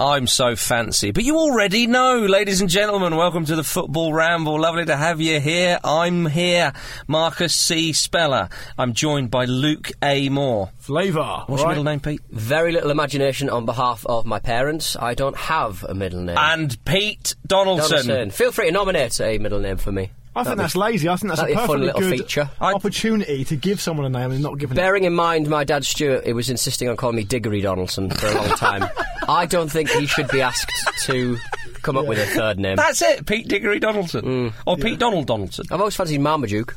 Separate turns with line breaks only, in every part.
I'm so fancy. But you already know, ladies and gentlemen, welcome to the Football Ramble. Lovely to have you here. I'm here, Marcus C. Speller. I'm joined by Luke A. Moore.
Flavor.
What's your middle name, Pete?
Very little imagination on behalf of my parents. I don't have a middle name.
And Pete Donaldson.
Donaldson. Feel free to nominate a middle name for me.
I think
That'd be-
that's lazy. I think that's a
that'd be a fun
perfectly
little
good
feature. I-
opportunity to give someone a name and not give it.
Bearing in mind my dad Stuart, he was insisting on calling me Diggory Donaldson for a long time. I don't think he should be asked to come up with a third name.
That's it, Pete Diggory Donaldson.
Mm.
Or Pete Donald Donaldson.
I've always fancied Marmaduke,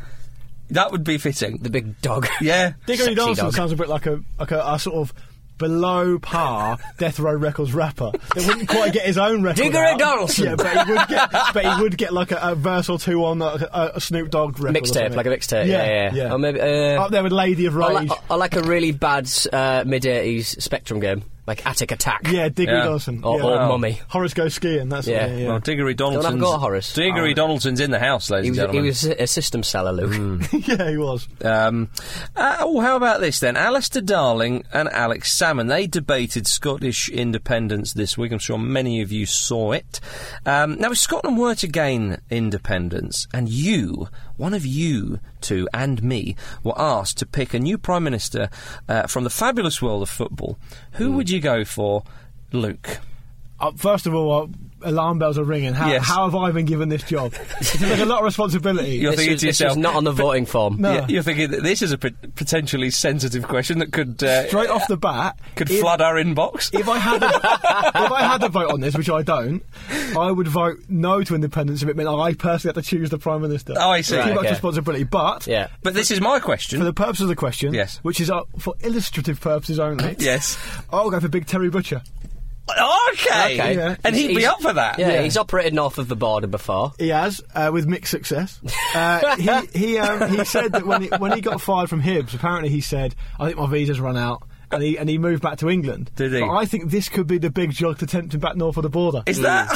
That would be fitting.
the big dog.
Yeah.
Diggory
Sexy
Donaldson
dog.
sounds a bit like a like a, a sort of below par Death Row Records rapper that wouldn't quite get his own record.
Diggory
out.
Donaldson.
Yeah, but he would get, but he would get like a, a verse or two on like, a, a Snoop Dogg record. or
Mixtape,
something.
like a mixtape, yeah, yeah. Or maybe, uh,
up there with Lady of
I,
Rage.
like, uh, I like a really bad uh, mid 80s Spectrum game, like Attic Attack.
yeah, Diggory
Yeah.
Donaldson.
Or,
yeah.
or Mummy.
Horace goes skiing. That's
Yeah.
it, yeah.
Well, Diggory
have a
Donaldson's.
go, Horace.
Diggory
Oh.
Donaldson's in the house, ladies
He was,
and
he
gentlemen. Mm.
was a system seller, Luke.
yeah, he was.
Um, uh, oh, how about this then? Alistair Darling and Alex Salmon. They debated Scottish independence this week. I'm sure many of you saw it. Um, now, if Scotland were to gain independence, and you, one of you two, and me, were asked to pick a new Prime Minister uh, from the fabulous world of football,
Hmm.
who would you go for, Luke?
Uh, first of all, uh, alarm bells are ringing. How,
Yes.
how have I been given this job? It's like a lot of responsibility.
You're
This
thinking
was,
to
this
yourself.
was not on the voting form.
No.
Yeah, You're thinking that this is a pot- potentially sensitive question that could uh,
Straight off the bat,
could
if-
flood our inbox.
If I had, a, if I had a vote on this, which I don't, I would vote no to independence if it meant I personally had to choose the prime minister.
Oh, I see.
Too
Right,
much
okay.
responsibility. But
Yeah.
But this is my question.
for the purpose of the question,
Yes.
which is uh, for illustrative purposes only,
Yes.
I'll go for Big Terry Butcher.
Okay.
Okay.
Yeah.
And he'd
He's-
be up for that.
Yeah, he's operated north of the border before.
He has, uh, with mixed success. Uh, he he, um, he said that when he, when he got fired from Hibs, apparently he said, "I think my visa's run out." and he and he moved back to England.
Did he?
But I think this could be the big jog to tempt him back north of the border.
Is that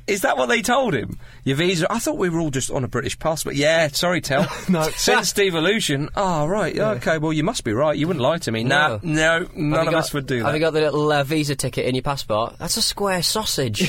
is that what they told him? Your visa? I thought we were all just on a British passport. Yeah, sorry, tell.
No.
since devolution. Oh, right. Okay. Well, you must be right. You wouldn't lie to me. No, no,
Have
none
you
of
got-
us would do
Have
that.
you got the little uh, visa ticket in your passport? That's a square sausage.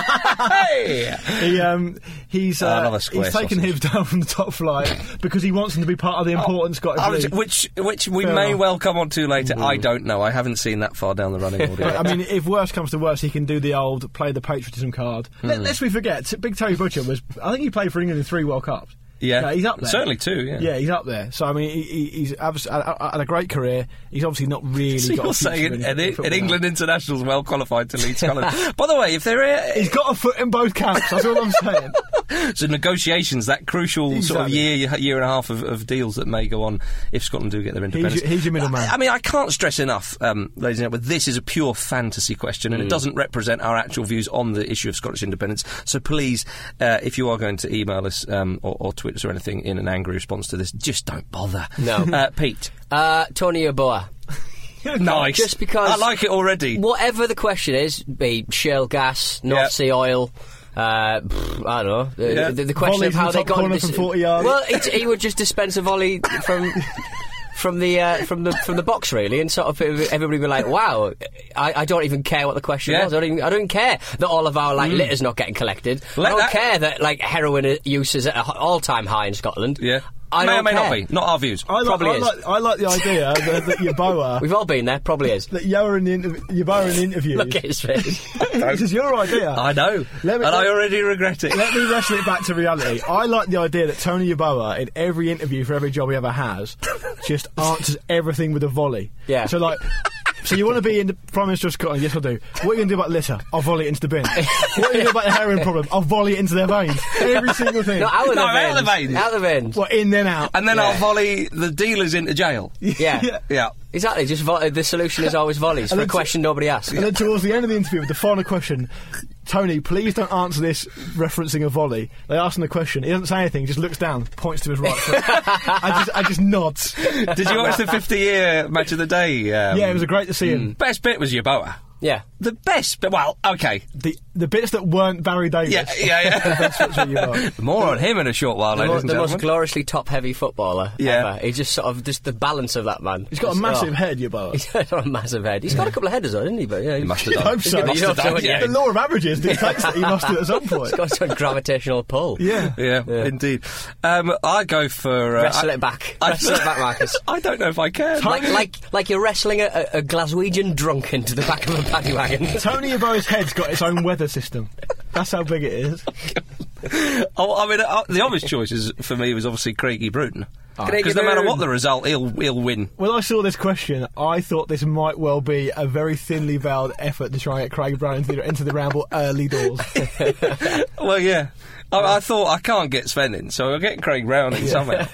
hey!
He, um, he's
Oh,
uh,
another square
he's taken
sausage. Oh,
Hiv down from the top flight because he wants him to be part of the important Scottish
I was-
League.
which which we
Fair
may
enough. Mm.
well come on to later. I don't know. I haven't seen that far down the running order.
But,
yet.
I mean, if worse comes to worse, he can do the old play the patriotism card.
Hmm.
Let, us we forget, Big Terry Butcher was. I think he played for England in three World Cups.
Yeah.
he's up there.
Certainly two, yeah.
yeah, he's up there. So I mean, he, he, he's abs- had had a great career. He's obviously not really.
So
got
you're
a future
saying
in,
an,
in
an,
football now.
England international's well qualified to lead Scotland. By the way, if there are,
He's got a foot in both camps. That's all I'm saying.
so negotiations, that crucial sort of
Exactly.
year, year and a half of, of deals that may go on if Scotland do get their
your-
independence.
he's your middleman.
I, I mean, I can't stress enough, um, ladies and gentlemen, this is a pure fantasy question
Mm.
and it doesn't represent our actual views on the issue of Scottish independence. So please, uh, if you are going to email us um, or, or tweet us or anything in an angry response to this, just don't bother.
No.
Uh, Pete,
uh, Tony Oboa.
nice.
Just because-
I like it already.
Whatever the question is, be shale gas, North
Yeah.
Sea oil. Uh, pff, I don't know. The-
Yeah.
The, the question
Volleys
of
in
how
the
they
top
got
corner
this,
from 40 yards.
Well, he, he would just dispense a volley from from the uh, from the from the box really, and sort of everybody would be like, "Wow, I, I don't even care what the question
Yeah. Mm.
was. I don't even I don't even care that all of our like litter's not getting collected.
Let
I don't
that-
care that like heroin use is at an all time high in Scotland.
Yeah.
I
may
don't
or may
care.
not be. Not our views.
I like,
Probably
I
is.
like, I like the idea that, that your boa,
We've all been there. Probably is.
that you're in the interv- your boa in the interview.
Look at his face.
this is your idea.
I know.
Let me-
and I
let-
already regret it.
Let me wrestle it back to reality. I like the idea that Tony Yaboa, in every interview for every job he ever has, just answers everything with a volley.
Yeah.
So like. So you want to be in the Prime Minister of Scotland? Yes, I do. What are you going to do about litter? I'll volley it into the bin. what are you going to do about the heroin problem? I'll volley it into their veins. Every single thing.
no, out of
No,
the
out
veins.
of the veins.
Out of the veins.
Well, in then out.
And then
Yeah.
I'll volley the dealers into jail.
Yeah.
Yeah.
Exactly. Just vo- the solution is always volleys for
And
a
then-
question nobody asks.
And then towards the end of the interview with the final question, Tony, please don't answer this referencing a volley. They ask him the question. He doesn't say anything. He just looks down, points to his right foot. I just, I just nods.
Did you watch the 50 year match of the day? Um,
Yeah, it was great to see him.
Best bit was Yaboa.
Yeah.
The best bit, well, okay.
The the bits that weren't Barry Davis. Oh.
Yeah, yeah, yeah.
That's what you are.
More on him in a short while,
The,
ladies
mo-
and
the most
gentlemen.
gloriously top-heavy footballer
Yeah.
ever. He just sort of just the balance of that man.
He's got a
Just-
massive
oh.
head, you boa.
He's got a massive head. He's got a couple of headers, though, didn't he? But yeah, he
must have
You'd
done.
hope so.
He must have
You'd hope
done,
so,
yeah.
The law of averages dictates that he must do at some point.
He's got some gravitational pull.
Yeah.
Yeah, indeed. Um, I go for. Uh,
Wrestle
I-
it back.
I-
Wrestle it back, Marcus.
I don't know if I can.
Like, like, like you're wrestling a, a, a Glaswegian drunk into the back of a paddy wagon.
Tony Yeboah's head's got its own weather system. That's how big it is.
Oh, I mean, uh, the obvious choices for me was obviously Craigie Bruton.
Craigie
Because no matter what
Bruton.
the result, he'll, he'll win.
When I saw this question, I thought this might well be a very thinly veiled effort to try and get Craig Brown into the, into the ramble early doors.
Well, yeah. I, I thought I can't get Sven in, so I'll get Craig Brown in somehow.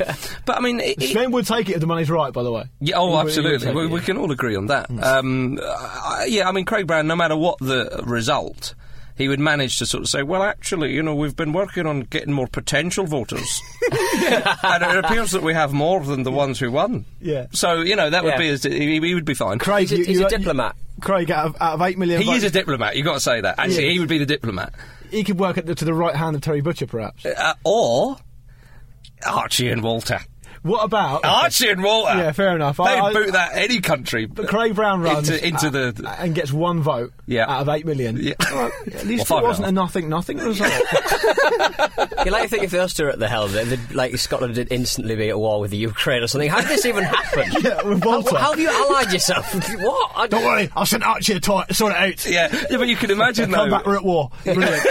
But I mean, it, it-
Sven would take it if the money's right, by the way.
yeah, oh,
He would- he would
absolutely.
take
We,
it,
we
yeah. Mm.
can all agree on that. Um, I- yeah, I mean, Craig Brown, no matter what the result, he would manage to sort of say, "Well, actually, you know, we've been working on getting more potential voters, and it appears that we have more than the ones who won."
Yeah.
So you know that would
Yeah.
be his, he, he would be fine.
Craig,
He's a-
you-
he's a
you-
diplomat.
Craig, out of, out of 8 million
he is
votes,
a diplomat. You've got to say that. Actually,
Yeah.
he would be the diplomat,
he could work at the, to the right hand of Terry Butcher, perhaps.
uh, or Archie and Walter.
What about...
Archie and Walter.
Yeah, fair enough.
They
I- I-
boot that any country.
But Craig Brown runs
into, into the.
a- and gets one vote
Yeah.
out of eight million.
Yeah.
All right, At least
Well, five
it wasn't
and a
a nothing nothing result.
You like to think if those two are at the helm, then they'd- like Scotland would instantly be at war with the Ukraine or something. How did this even happen?
Yeah, with Walter.
How, how have you allied yourself? what? I
Don't worry, I'll send Archie to tie- sort it out.
yeah, yeah, but you can imagine
Come
though.
back, we're at war. Brilliant.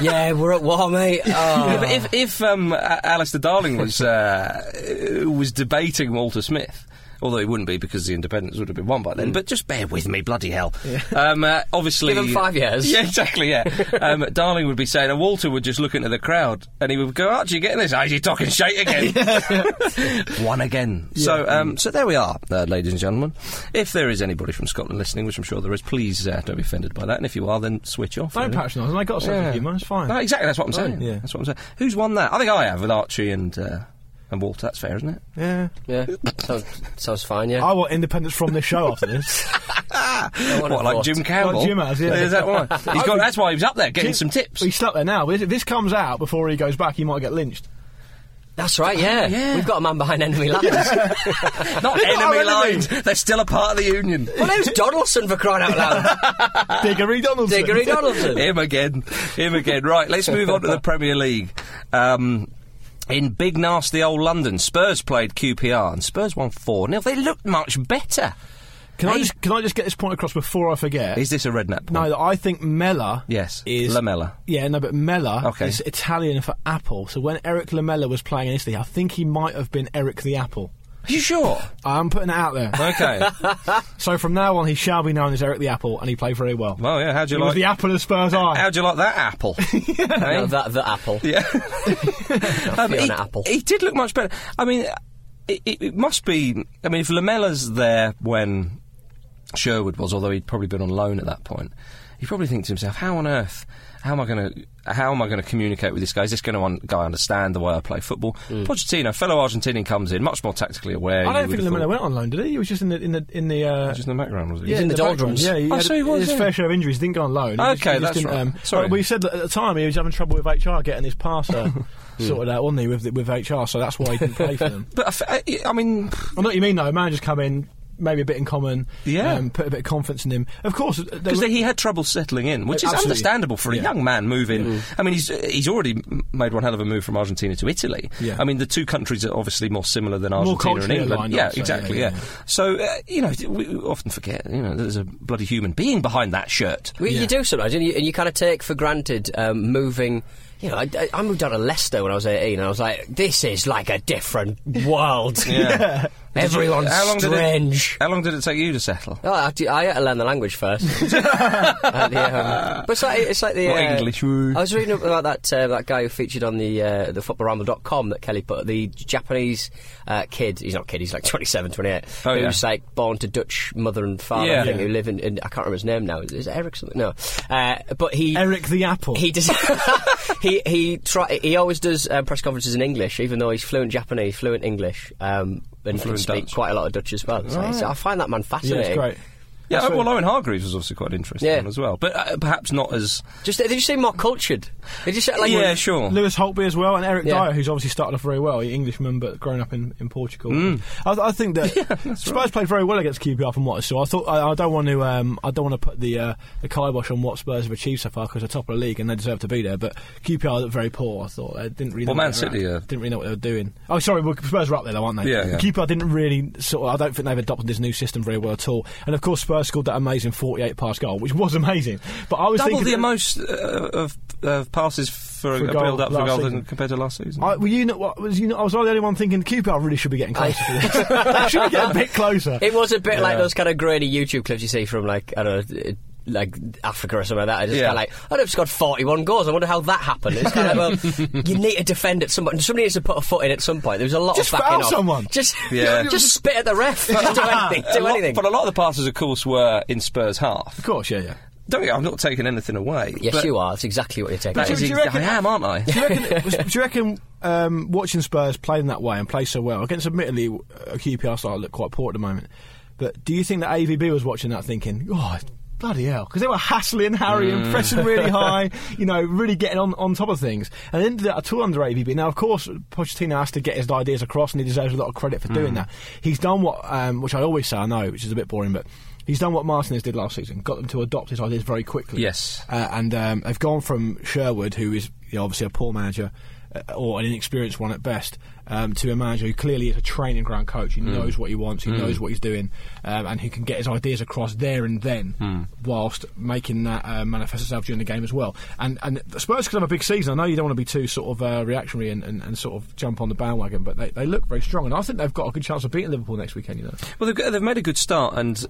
Yeah, we're at war, mate. Oh.
Yeah, but if if um, A- Alistair Darling was uh, was debating Walter Smith. Although he wouldn't be because the independents would have been won by then. But just bear with me, bloody hell. Um, uh, obviously,
Mm. Give him five years.
Yeah, exactly. Yeah, um, Darling would be saying, and Walter would just look into the crowd, and he would go, "Archie, you getting this? Are you talking shit again? One again." So, um,
Mm.
so there we are, uh, ladies and gentlemen. If there is anybody from Scotland listening, which I'm sure there is, please uh, don't be offended by that. And if you are, then switch off.
Don't
really.
patronise. I got something
Yeah.
for you, man. It's fine.
No, exactly. That's what I'm saying.
yeah.
That's what I'm saying. Who's won that? I think I have with Archie and. Uh, And Walter, that's fair, isn't it?
Yeah.
Yeah, sounds, sounds fine. Yeah,
I want independence from this show after this.
want
What,
a
like
thought.
Jim Campbell?
Like Jim has, yeah.
Is that why? He's got, that's why he was up there getting some
Jim-
tips.
He's stuck there now. but If this comes out before he goes back, he might get lynched.
that's right. Yeah.
yeah.
we've got a man behind enemy lines.
Not
They're not
enemy
our enemy.
lines. They're still a part of the union.
My name's Donaldson for crying out loud.
Diggory Donaldson.
Diggory Donaldson.
Him again. Him again. Right, let's move on to the Premier League. Um, in big nasty old London, Spurs played QPR and Spurs won 4 0. They looked much better.
Can I
Hey.
just can I just get this point across before I forget?
Is this a redneck point?
no, that I think Mella.
Yes.
Is
Lamella.
Yeah, no, but Mella
Okay.
is Italian for apple. So when Eric Lamella was playing in Italy, I think he might have been Eric the Apple.
Are you sure?
I'm putting it out there.
Okay.
so from now on, he shall be known as Eric the Apple, and he played very well.
well, yeah, how'd
he
you
was
like
the apple of Spurs' eye.
How'd you like that apple? Hey?
No, that the apple.
Yeah. Um,
Fiona
he,
Apple.
he did look much better. I mean, it, it, it must be. I mean, if Lamella's there when Sherwood was, although he'd probably been on loan at that point, he probably thinks to himself, "How on earth? How am I going to? How am I going to communicate with this guy? Is this going to un- guy understand the way I play football?" Pochettino, fellow Argentinian, comes in much more tactically aware.
I
you
don't
would
think
have
Lamella
thought.
went on loan, did he? He was just in the in the in the. Uh,
Just in the background, was he?
yeah,
in the
background.
doldrums.
Yeah, he
Oh,
had-
so he was, yeah.
his fair share of injuries. Didn't go on loan. He
Okay,
just- he just
that's
didn't,
right. Sorry.
well, we said that at the time he was having trouble with HR getting his passer sorted out, wasn't he, with with HR? So that's why he didn't play for them.
But I f- I- I mean,
I know what you mean, though. Managers come in, maybe a bit in common,
Yeah.
um, put a bit of confidence in him. Of course, uh, they
because
were-
he had trouble settling in, which is
Absolutely.
understandable for a
Yeah. Mm.
young man moving. I mean, he's he's already m- made one hell of a move from Argentina to Italy.
Yeah.
I mean, the two countries are obviously more similar than Argentina and
culturally
England.
aligned
yeah,
also,
exactly. Yeah.
yeah, yeah, yeah.
So uh, you know, we we often forget. You know, there's a bloody human being behind that shirt.
Well,
Yeah.
You do sometimes, and you, and you kind of take for granted um, moving. You know, I, I- I moved out of Leicester when I was 18, and I was like, this is like a different world.
Yeah.
Everyone's
How long did it-
strange.
How long did it take you to settle?
Oh, I, had to, I had to learn the language first. And, yeah, um, but it's like, it's like the uh,
What English word?
I was reading about that uh, that guy who featured on the uh, the footballramble.com that Kelly put the Japanese uh, kid. He's not a kid. He's like 27, 28.
Oh, yeah.
who's like born to Dutch mother and father.
Yeah.
I think,
Yeah.
who live in, in I can't remember his name now. Is it Eric something? No, uh, but he
Eric the Apple.
he does. he he try. He always does um, press conferences in English, even though he's fluent Japanese, fluent English, um, and can
Fluent
speak
Dutch.
quite a lot of Dutch as well. So it's- I find that man
yeah,
fascinating.
it's great.
Yeah,
That's
well,
right.
Owen Hargreaves was obviously quite interesting
Yeah.
as well, but uh, perhaps not as.
Just did you say more cultured? Did you say like
yeah, sure.
Lewis Holtby as well, and Eric
Yeah.
Dyer, who's obviously started off very well, Englishman but grown up in, in Portugal.
Mm.
I, I think that Spurs played very well against QPR from what I saw. I thought I, I don't want to um, I don't want to put the uh, the kibosh on what Spurs have achieved so far because they're top of the league and they deserve to be there. But QPR looked very poor. I thought they didn't really.
Well,
know
Man
what they were
City
at.
are-
didn't really know what they were doing. Oh, sorry, well, Spurs were up there though, aren't they?
Yeah, yeah.
QPR didn't really sort. Of, I don't think they've adopted this new system very well at all. And of course, Spurs scored that amazing 48 pass goal, which was amazing. But I was
Double
thinking
the
that-
most uh, of, of passes for,
For
a,
a goal
build-up for
last
goal than
season.
compared to last season.
I, were you not, what, was you not, I was I the only one thinking QPR really should be getting closer to this. They should be getting a bit closer.
It was a bit like those kind of grainy YouTube clips you see from like I don't know. uh, Like Africa or something like that. I just
Yeah.
kind of like, I don't have scored 41 goals. I wonder how that happened. It's kind of, well, you need to defend at some point. Somebody needs to put a foot in at some point. There was a lot
Just
of backing
foul
off.
someone.
Just,
Yeah.
just spit at the ref. Just do anything.
A
Do
lot-
anything.
But a lot of the passes, of course, were in Spurs half.
of course, yeah, yeah.
Don't get, I'm not taking anything away.
yes,
but
you are. That's exactly what you're taking.
That
Do
is
you- do you
exactly-
reckon-
I am, aren't I?
Do you reckon, was- do you reckon um, watching Spurs play in that way and play so well, against admittedly a QPR side that look quite poor at the moment, but do you think that AVB was watching that thinking, oh, bloody hell, because they were hassling Harry and pressing really high, you know, really getting on, on top of things. And they didn't do that at all under AVB. Now, of course, Pochettino has to get his ideas across and he deserves a lot of credit for doing that. He's done what, um, which I always say, I know, which is a bit boring, but He's done what Martinez did last season, got them to adopt his ideas very quickly.
Yes.
Uh, and um, they've gone from Sherwood, who is you know, obviously a poor manager uh, or an inexperienced one at best, um, to a manager who clearly is a training ground coach who knows what he wants, who knows what he's doing, um, and who can get his ideas across there and then, whilst making that uh, manifest itself during the game as well. And and Spurs could have a big season. I know you don't want to be too sort of uh, reactionary and, and, and sort of jump on the bandwagon, but they, they look very strong, and I think they've got a good chance of beating Liverpool next weekend. You know,
Well, they've, got- they've made a good start, and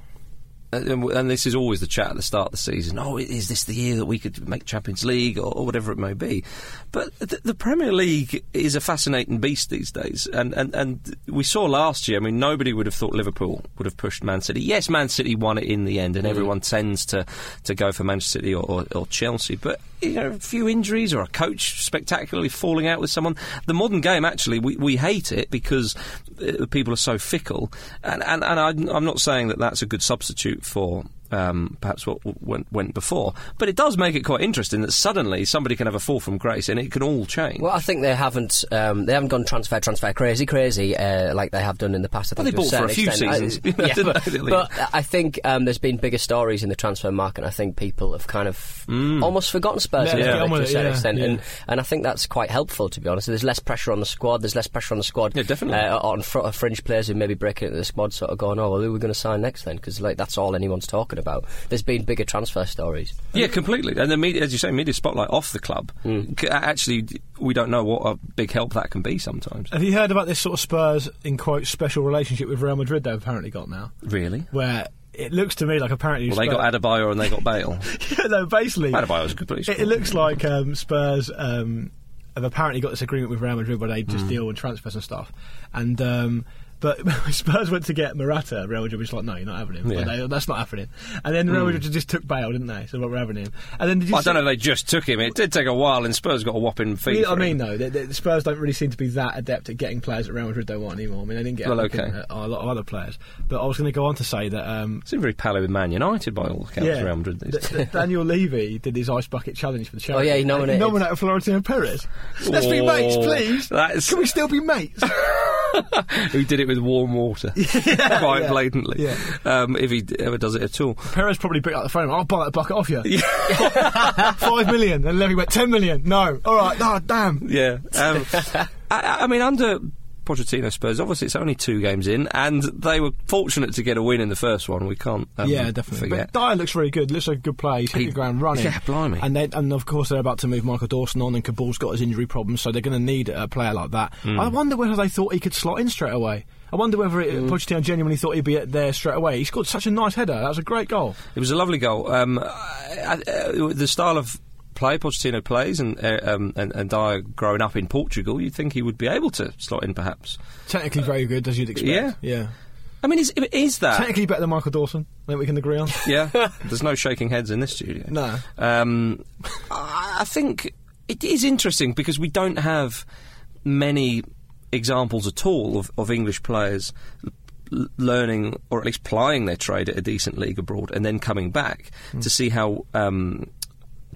and and this is always the chat at the start of the season. Oh, is this the year that we could make Champions League or, or whatever it may be? But th- the Premier League is a fascinating beast these days, and, and and we saw last year. I mean, nobody would have thought Liverpool would have pushed Man City. Yes, Man City won it in the end, and everyone tends to to go for Manchester City or, or, or Chelsea. But you know, a few injuries or a coach spectacularly falling out with someone. The modern game, actually, we, we hate it because uh, people are so fickle. And, and, and I'm, I'm not saying that that's a good substitute for. Um, perhaps what w- went, went before, but it does make it quite interesting that suddenly somebody can have a fall from grace and it can all change.
Well, I think they haven't um, they haven't gone transfer transfer crazy crazy uh, like they have done in the past. I
Well,
think
they
to
bought for a
certain
few
extent.
seasons,
I, yeah,
didn't
but,
they, really?
but I think um, there's been bigger stories in the transfer market. and I think people have kind of
Mm.
almost forgotten Spurs
Yeah,
a little
yeah. Yeah.
bit to a certain
Yeah,
extent,
yeah.
and and I think that's quite helpful to be honest. There's less pressure on the squad. There's less pressure on the squad.
Yeah, definitely.
Uh, on fr- uh, fringe players who maybe breaking into the squad, sort of going, oh well, who are we going to sign next then? Because like that's all anyone's talking about. There's been bigger transfer stories.
Yeah, completely. And the media, as you say, media spotlight off the club.
Hmm.
C- Actually, we don't know what a big help that can be sometimes.
Have you heard about this sort of Spurs in quote special relationship with Real Madrid they've apparently got now?
Really?
Where it looks to me like apparently
Well, they got Adebayo and they got Bale.
Spurs- no, basically
Adebayo's a good place.
It, it looks like um, Spurs um, have apparently got this agreement with Real Madrid where they
Mm.
just deal with transfers and stuff. And um, but Spurs went to get Morata. Real Madrid was like, no, you're not having him.
Yeah. Mm.
But they, that's not happening. And then Real Madrid just took Bale, didn't they? So what, we're having him. And then did you
Well, I
see-
don't know if they just took him. It did take a while, and Spurs got a whopping fee.
You know
for
what I
him.
mean, though? The, the Spurs don't really seem to be that adept at getting players that Real Madrid don't want anymore. I mean, they didn't get
Well,
a look
okay.
at a lot of other players. But I was going to go on to say that. Um,
Seemed very pally with Man United by all accounts.
yeah,
Real Madrid. these
that-
days.
that Daniel Levy did his ice bucket challenge for the charity.
Oh, yeah, he
And
nominated-
nominated Florentino Perez. Let's be
Oh,
mates, please.
that's-
Can we still be mates?
Who did it with warm water? Quite blatantly.
yeah.
Um, if he d- ever does it at all.
Perez probably picked up the phone. and went, I'll buy that bucket off you. Five million, and Levy went ten million. No, all right, no, damn.
Yeah. Um, I- I, I mean, under Pochettino Spurs, obviously it's only two games in, and they were fortunate to get a win in the first one. We can't um,
yeah, definitely.
forget.
But Dyer looks really good. Looks like a good player. He's hitting
He-
the ground running.
yeah, blimey.
And they, and of course they're about to move Michael Dawson on, and Cabal's got his injury problems, so they're going to need a player like that.
Hmm.
I wonder whether they thought he could slot in straight away. I wonder whether it,
Hmm.
Pochettino genuinely thought he'd be at there straight away. He scored such a nice header. That was a great goal.
It was a lovely goal. Um, I, I, uh, the style of play Pochettino plays and, uh, um, and and Dyer growing up in Portugal, you'd think he would be able to slot in, perhaps.
Technically very good, as you'd expect.
yeah.
yeah.
I mean, is, is that?
Technically better than Michael Dawson. I think we can agree on.
yeah, there's no shaking heads in this studio.
No.
Um, I I think it is interesting because we don't have many examples at all of, of English players l- learning or at least plying their trade at a decent league abroad and then coming back to see how. Um,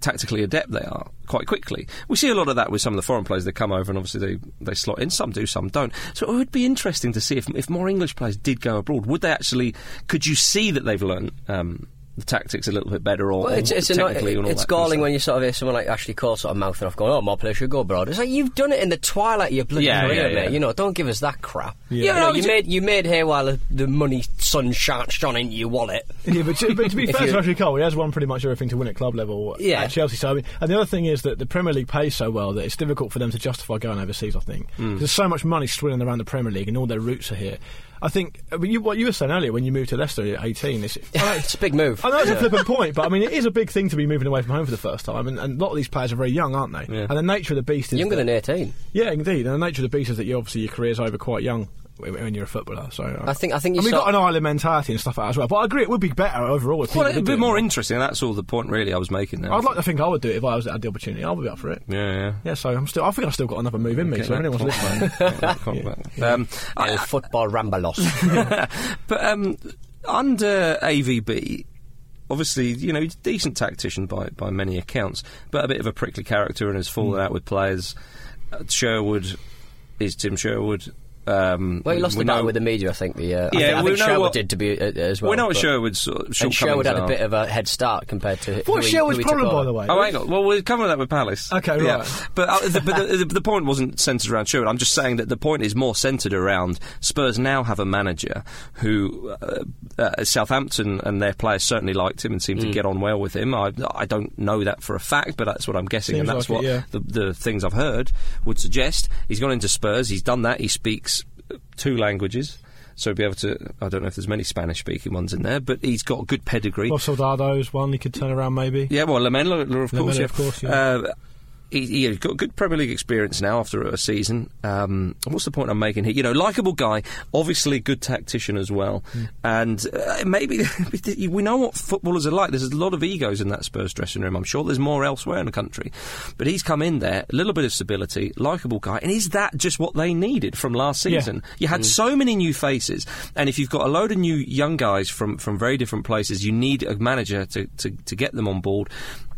Tactically adept they are quite quickly. We see a lot of that with some of the foreign players that come over, and obviously they, they slot in. Some do, some don't. So it would be interesting to see if if more English players did go abroad, would they actually? Could you see that they've learned um, the tactics a little bit better, or,
Well, it's
or
it's, anno-
technically, and all
it's
that kind of
galling
stuff?
when you sort of hear someone like Ashley Cole sort of mouthing off, going, "Oh, my player should go abroad." It's like you've done it in the twilight of your bloody
Yeah, yeah,
career,
yeah.
mate. You know, don't give us that crap.
Yeah,
you, know,
no,
you
it's-
made you made hay while the, the money sun shone, shone into your wallet.
Yeah, but to, but to be
If
fair
you-
to Ashley Cole, he has won pretty much everything to win at club level
Yeah.
at Chelsea. So, I mean, and the other thing is that the Premier League pays so well that it's difficult for them to justify going overseas. I think
Hmm.
'Cause there's so much money swirling around the Premier League, and all their roots are here. I think I mean, you, what you were saying earlier when you moved to Leicester at 18. Is, I, know,
it's a big move.
I know it's a flippant point, but I mean it is a big thing to be moving away from home for the first time, and, and a lot of these players are very young, aren't they?
Yeah.
And the nature of the beast is
Younger
that-
than eighteen.
yeah, indeed. And the nature of the beast is that you obviously your career's over quite young when when you're a footballer. So uh,
I think- I think you
and we've
sort-
got an island mentality and stuff like that as well. But I agree, it would be better overall. If
Well,
people
it'd
did
be
do it
more interesting. That's all the point, really. I was making there.
I'd like to think I would do it if I was had the opportunity. I'll be up for it.
Yeah, yeah.
Yeah, so I'm still. I think I've still got another move in me.
Get
So if
that
anyone's
clock
listening,
back. Get that clock back. Um, I-
El Oh, football rambalos.
but um, under AVB, obviously, you know, he's a decent tactician by, by many accounts, but a bit of a prickly character and has fallen
Hmm.
out with players. Uh, Sherwood is Tim Sherwood. Um,
Well, he lost
we
the battle
know-
with the media, I think. The, uh, I
Yeah,
think, I
we
think
know
Sherwood
what-
did to be uh, as well.
We know what
but-
Sherwood's sort of
And
shortcomings
Sherwood had
are.
a bit of a head start compared to. who
what's
he-
Sherwood's
who he took
problem, by
over.
the way?
Oh, hang on. Well, we'll come on that with Palace.
Okay,
Yeah.
right.
But, uh, the, but the, the, the point wasn't centred around Sherwood. I'm just saying that the point is more centred around Spurs now have a manager who uh, uh, Southampton and their players certainly liked him and seemed
Mm.
to get on well with him. I, I don't know that for a fact, but that's what I'm guessing, and
Seems
that's
like
what
it, yeah.
the, the things I've heard would suggest. He's gone into Spurs. He's done that. He speaks uh, two languages. so he'll be able to. I don't know if there's many Spanish-speaking ones in there, but he's got good pedigree.
Or Soldado's one he could turn around maybe.
Yeah, well, Lamela, of course,
Lamela,
yeah.
of course, yeah.
Uh, he, he's got good Premier League experience now after a season. Um, and what's the point I'm making here? You know, likable guy, obviously a good tactician as well,
Hmm.
and uh, maybe we know what footballers are like. There's a lot of egos in that Spurs dressing room. I'm sure there's more elsewhere in the country, but he's come in there, a little bit of stability, likable guy, and is that just what they needed from last
Yeah.
season? You
Hmm.
had so many new faces, and if you've got a load of new young guys from, from very different places, you need a manager to, to, to get them on board.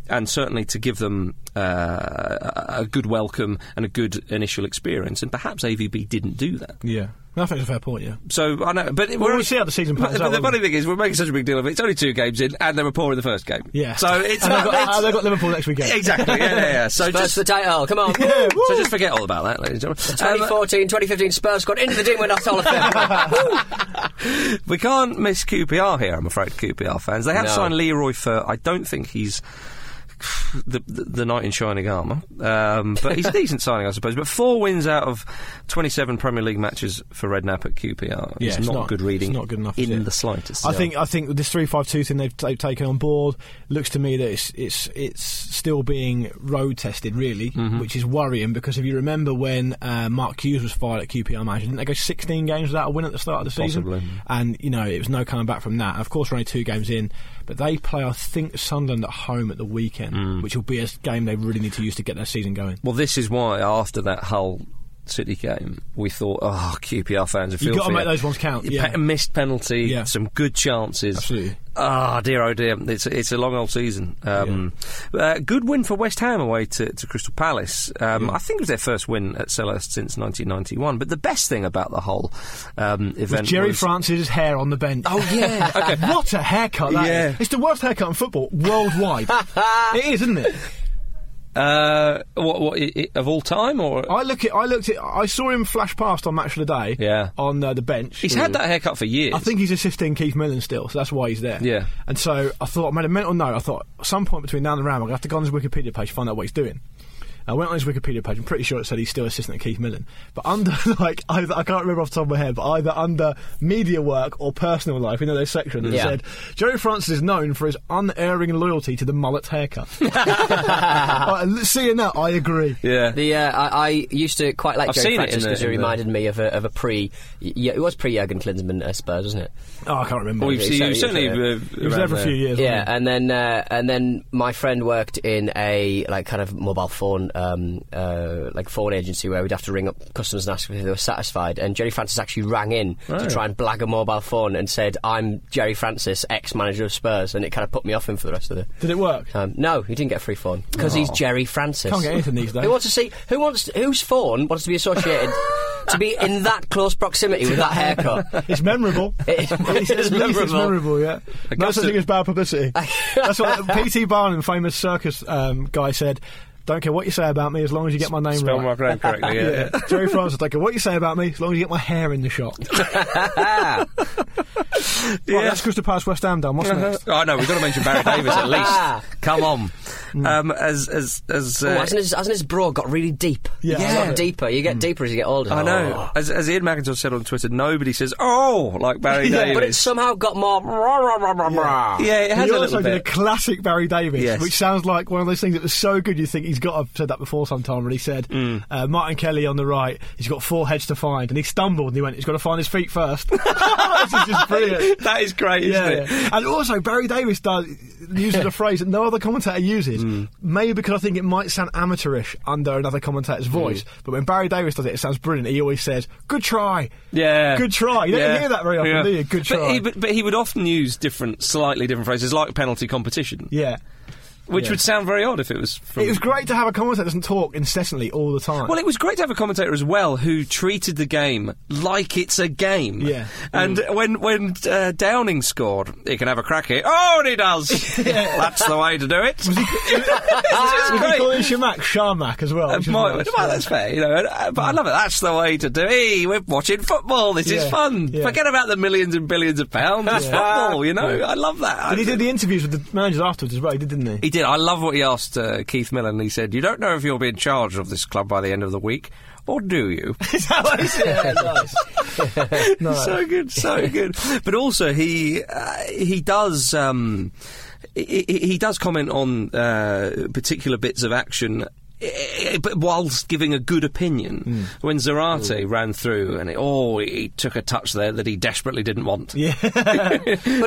And certainly to give them uh, a a good welcome and a good initial experience, and perhaps AVB didn't do that.
Yeah. No, I think it's a fair point, yeah.
So I know, but
we'll see how the season pans
but,
out,
But the
won't
funny
we?
thing is, we're making such a big deal of it. It's only two games in, and they were poor in the first game.
Yeah.
So it's
and they've
not-
got,
it's-
uh, they've got Liverpool next weekend.
exactly. Yeah, yeah. yeah. So
Spurs
just
for the title, come on.
Yeah, woo.
so just forget all about that, ladies and gentlemen. Um,
2014, 2015 Spurs squad into the Dean not Hall of Fame.
we can't miss QPR here, I'm afraid, QPR fans. They have
No.
signed Leroy Fur. I don't think he's the, the, the knight in shining armour, um, but he's a decent signing, I suppose. But four wins out of 27 Premier League matches for Redknapp at QPR.
Yeah,
it's,
it's
not,
not-
good reading
it's not good enough, is
in
it?
the slightest.
I think I think this three five two thing they've, they've taken on board looks to me that it's it's it's still being road tested really, which is worrying because if you remember when uh, Mark Hughes was fired at QPR manager, didn't they go sixteen games without a win at the start of the
Possibly.
season? And you know it was no coming back from that. Of course, we're only two games in, but they play I think Sunderland at home at the weekend, which will be a s- game they really need to use to get their season going.
Well, this is why after that Hull City game, we thought, oh, QPR fans are
You gotta make those ones count, yeah.
missed penalty,
Yeah.
some good chances.
Absolutely.
Ah, dear, oh dear. It's, it's a long old season. Um, uh, good win for West Ham away to, to Crystal Palace. Um, I think it was their first win at Selhurst since 1991. But the best thing about the whole um, event
Jerry
was-
Francis' hair on the bench.
Oh, yeah. okay.
What a haircut that is.
Yeah.
It's the worst haircut in football worldwide. it is, isn't it?
Uh, what, what, i i of all time? or
I look at, I looked at, I saw him flash past on Match of the Day.
Yeah.
On uh, the bench.
He's had that haircut for years.
I think he's assisting Keith Millen still, so that's why he's there.
Yeah.
And so I thought, I made a mental note. I thought, at some point between now and the round, I'm going to have to go on his Wikipedia page to find out what he's doing. I went on his Wikipedia page. I'm pretty sure it said he's still assistant to Keith Millen. But under, like, either, I can't remember off the top of my head, but either under media work or personal life, you know, those sections, it
Yeah.
said, Jerry Francis is known for his unerring loyalty to the mullet haircut. Right, seeing that, I agree.
Yeah.
The uh, I, I used to quite like
I've
Jerry
seen it in
Francis
the-
because he
in the-
reminded me of a, of a pre. Yeah, it was pre Jurgen Klinsmann at Spurs, wasn't it?
Oh, I can't remember.
well,
He
you've, seen- you've certainly. Uh,
was there
around
for a few years.
Yeah,
wasn't he?
and then uh, and then my friend worked in a like kind of mobile phone um, uh, like phone agency where we'd have to ring up customers and ask if they were satisfied. And Jerry Francis actually rang in to
Right.
try and blag a mobile phone and said, "I'm Jerry Francis, ex manager of Spurs," and it kind of put me off him for the rest of the.
Did it work?
Um, no, he didn't get a free phone because he's Jerry Francis.
Oh. Can't get anything these days.
Who wants to see? Who wants? Whose phone wants to be associated to be in that close proximity with that haircut?
It's memorable.
It-
It's,
it's
at least it's
memorable.
memorable, yeah. No such
Augusta-
thing as bad publicity. That's what P.T. Barnum, famous circus um, guy, said. Don't care what you say about me as long as you get my name
Spell my
right.
brand correctly, yeah. yeah.
Jerry Francis, don't care what you say about me as long as you get my hair in the shot. Right, that's Crystal Palace West Ham done. What's next?
Oh no, we've got to mention Barry Davis at least. Come on,
Mm.
um, as as as.
Oh,
Uh,
hasn't, his, hasn't his broad got really deep?
Yeah.
It's
Yeah. Hmm.
got deeper. You get deeper as you get older. Oh.
I
Oh.
know, as, as Ian McIntosh said on Twitter, nobody says "oh" like Barry
Yeah,
Davis.
But it's somehow got more. Yeah.
yeah, it has
he
a
also
little
did a
bit.
classic Barry Davis,
Yes.
which sounds like one of those things that was so good you think he's got to have said that before sometime. But he said,
Mm.
uh, Martin Kelly on the right, he's got four heads to find, and he stumbled and he went, he's got to find his feet first. this is just brilliant.
that is great, isn't
Yeah,
it?
yeah. and also Barry Davis does uses a phrase that no other commentator uses.
Hmm.
Maybe because I think it might sound amateurish under another
Hmm.
commentator's voice, but when Barry Davis does it, it sounds brilliant. He always says, "Good try,
Yeah.
good try." You don't
Yeah.
hear that very often,
Yeah.
do you? Good try,
But he, but, but he would often use different, slightly different phrases, like penalty competition,
yeah.
which
yeah.
would sound very odd if it was from.
It was great to have a commentator that doesn't talk incessantly all the time.
Well, it was great to have a commentator as well who treated the game like it's a game.
Yeah. Mm.
And when when uh, Downing scored, he can have a crack at it. Oh, and he does. That's the way to do it. Ah. Was
we can call him Shamak Sharmak as well. which is nice, yeah.
Uh, that's fair, you know. and, uh, But I love it. That's the way to do it. Hey, we're watching football. This is
Yeah.
fun.
Yeah.
Forget about the millions and billions of pounds. It's football, you know. I love that.
And he
I-
did the interviews with the managers afterwards as well, he did, didn't he?
He did. I love what he asked uh, Keith Millen. He said, "You don't know if you'll be in charge of this club by the end of the week, or do you?"
Is that what he said? nice. nice.
so good, so good. But also, he uh, he does. Um, he, he- he does comment on uh, particular bits of action, eh, eh, but whilst giving a good opinion.
Hmm.
When Zarate ran through, and it, oh, he took a touch there that he desperately didn't want.
Yeah.
But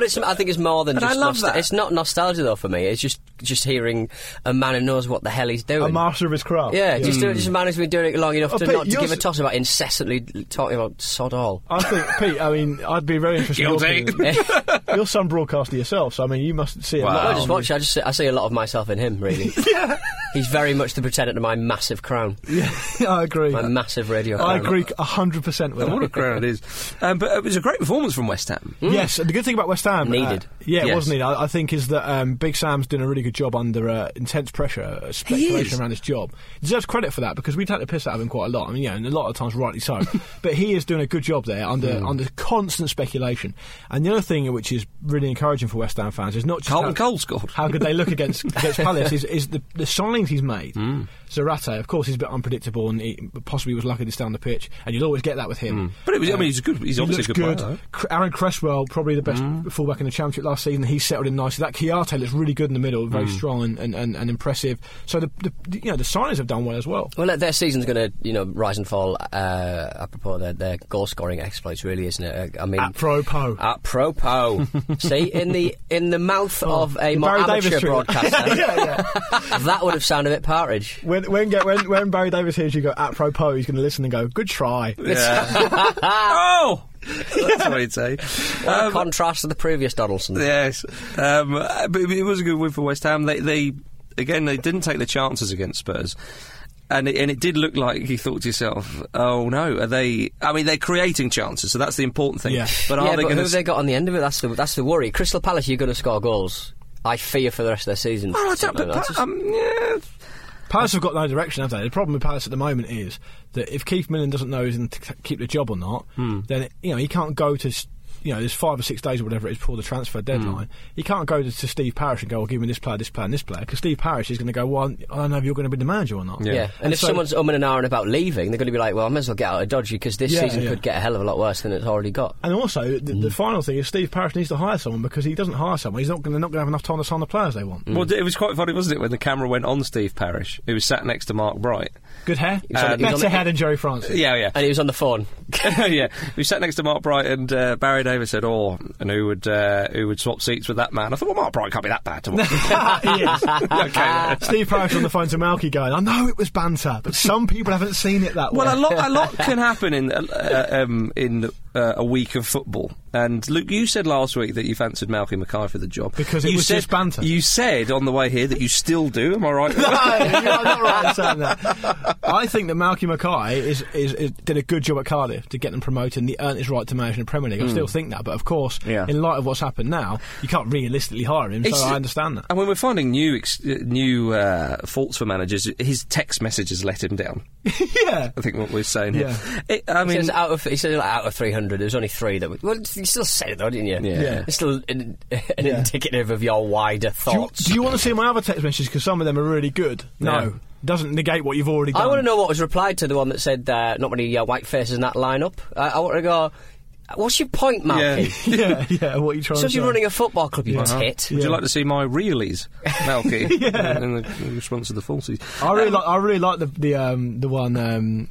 it's, I think it's more than
But
just
I love
nostal-
that.
It's not nostalgia though for me. It's just just hearing a man who knows what the hell he's doing.
A master of his craft.
yeah, just, a- just a man who's been doing it long enough
Hmm. Oh,
to
Pete,
not to
you're
give a
s-
toss about incessantly talking about sod all.
I think, Pete, I mean, I'd be very interested in your
Guilty.
opinion. You're some broadcaster yourself, so I mean, you must see a
Wow.
lot.
I
No,
of
just
it.
watch. I just see, I see a lot of myself in him. Really, he's very much the pretender to my massive crown,
I agree.
my massive radio.
I
crown.
agree 100% with
And what a
that.
crowd it is. Um, but it was a great performance from West Ham.
Yes, the good thing about West Ham, uh,
Mm. Needed.
yeah, it
Yes.
was needed. I, I think is that um, Big Sam's doing a really good job under uh, intense pressure, uh,
is.
speculation around his job. He deserves credit for that because we take the piss out of him quite a lot. I mean, yeah, and a lot of times rightly so. but he is doing a good job there under
Mm.
under constant speculation. And the other thing which is really encouraging for West Ham fans is not just
Carlton
how-
Cole scored.
how good they look against against Palace is, is the the signings he's made.
Hmm.
Zarate, of course, he's a bit unpredictable and he possibly was lucky to stay on the pitch, and you'll always get that with him.
But it was, I mean, he's a good. He's Hmm.
He
obviously
looks
a good, player. Hmm.
good. Cr- Aaron Cresswell, probably the best fullback in the championship last season. He's settled in nicely. That Kiarte looks really good in the middle, very
Hmm.
strong and, and, and, and impressive. So the, the the- you know the signings have done well as well.
Well, their season's going to, you know, rise and fall. Uh, apropos their, their goal scoring exploits, really, isn't it? Uh, I mean,
Apropos.
apropos. See, in the in the mouth
Oh,
of a
the
more
Barry Davis
amateur
treatment.
broadcaster,
yeah, yeah.
that would have sounded a bit partridge.
When when, get, when when Barry Davis hears you go apropos, he's going to listen and go, "Good try."
Yeah. oh, that's what he'd say.
What a
Um,
contrast to the previous Donaldson.
Yes, um, uh, but it was a good win for West Ham. They, they again, they didn't take the chances against Spurs, and it, and it did look like you thought to yourself, "Oh no, are they?" I mean, they're creating chances, so that's the important thing.
Yeah.
But are
yeah,
they
but
going
who
to?
have they got on the end of it? That's the that's the worry. Crystal Palace, you're going to score goals. I fear for the rest of their season.
well, I don't, but,
That's just-
um, yeah,
Palace have got no direction, have they? The problem with Palace at the moment is that if Keith Millen doesn't know he's going to keep the job or not,
Hmm.
then you know he can't go to s- you know there's five or six days or whatever it is before the
Hmm.
transfer deadline. He can't go to, to Steve Parish and go, "Well, give me this player, this player, and this player," because Steve Parish is going to go, "Well, I don't know if you're going to be the manager or not."
yeah. and, if
so-
someone's umming and ahhing about leaving, they're going to be like, "Well, I may as well get out of Dodgy because this
Yeah,
season
yeah.
could get a hell of a lot worse than it's already got."
And also, the,
Hmm.
the final thing is Steve Parish needs to hire someone because he doesn't hire someone, he's not going to not going to have enough time to sign the players they
Hmm.
want.
well, it was quite funny, wasn't it, when the camera went on Steve Parish, who was sat next to Mark Bright.
Good hair,
was on-
Uh,
he was on
better
the-
hair than Jerry Francis.
Yeah, yeah.
And he was on the phone.
yeah, we sat next to Mark Bright and uh, Barry Davis said, "Oh, and who would uh, who would swap seats with that man?" I thought, "Well, Mark Bright can't be that bad to watch."
Ah, he is.
okay.
Steve Parish on the phone to Malky going, I know it was banter, but some people haven't seen it that way.
Well, a lot a lot can happen in uh, um, in uh, a week of football. And Luke, you said last week that you fancied Malky Mackay for the job
Because it
you
was
said,
just banter.
You said on the way here that you still do. Am I right?
no, you are not right in saying that. I think that Malky Mackay is, is, is did a good job at Cardiff to get them promoted and he earned his right to manage in the Premier
Hmm.
League. I still think that, but of course,
Yeah.
in light of what's happened now, you can't realistically hire him, so
It's-
I understand that.
And when we're finding new ex- uh, new uh, faults for managers, his text messages let him down.
yeah.
I think what we're saying here.
Yeah.
It- I
He
mean,
says out of he says like, out of three hundred, there was only three that. Were, well, you still said it though, didn't you?
Yeah. Yeah.
It's still an, an
Yeah.
indicative of your wider
Do you,
thoughts.
do you want to see my other text messages? Because some of them are really good. No.
Yeah.
Doesn't negate what you've already done.
I want to know what was replied to the one that said uh, not many uh, white faces in that lineup. I, I want to go. What's your point, Malky?
yeah, yeah, what are you trying
So
to
if you're
say?
running a football club, you
Uh-huh.
tit.
Would you
Yeah.
like to see my reelies, Malky? in, the, in response to the falsies.
I really like. I really like the the um, the one. Um,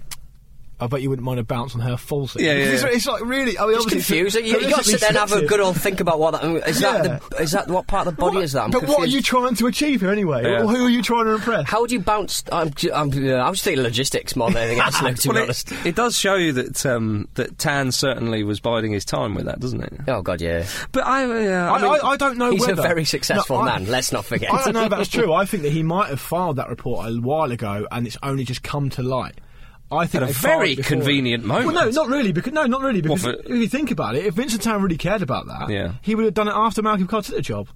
I bet you wouldn't mind a bounce on her falsy.
Yeah, yeah,
It's,
yeah.
it's like really. I mean,
It's
obviously
confusing. You, you
horrifically
got to sit there and have a
sensitive.
good old think about what that is.
Yeah.
That the, is that what part of the body
What-
is that? I'm
but what are
confused.
you trying to achieve here anyway?
Yeah.
Who are you trying to impress?
How would you bounce? I'm, ju- I'm, uh, I'm just thinking logistics more than anything else. Luke, to be
Well,
honest.
it, it does show you that um, that Tan certainly was biding his time with that, doesn't it?
Oh God, yeah.
But I, uh,
I,
I, mean,
I, I don't know.
He's a
whether-
very successful
No, I-
man. Let's not forget.
I don't know if that's true. I think that he might have filed that report a while ago, and it's only just come to light. I think
At a
they filed
very
it before.
convenient moment.
Well, no, not really. Because no, not really. Because
for-
if you think about it, if Vincent Town really cared about that,
Yeah.
he would have done it after Malcolm Carr took the job,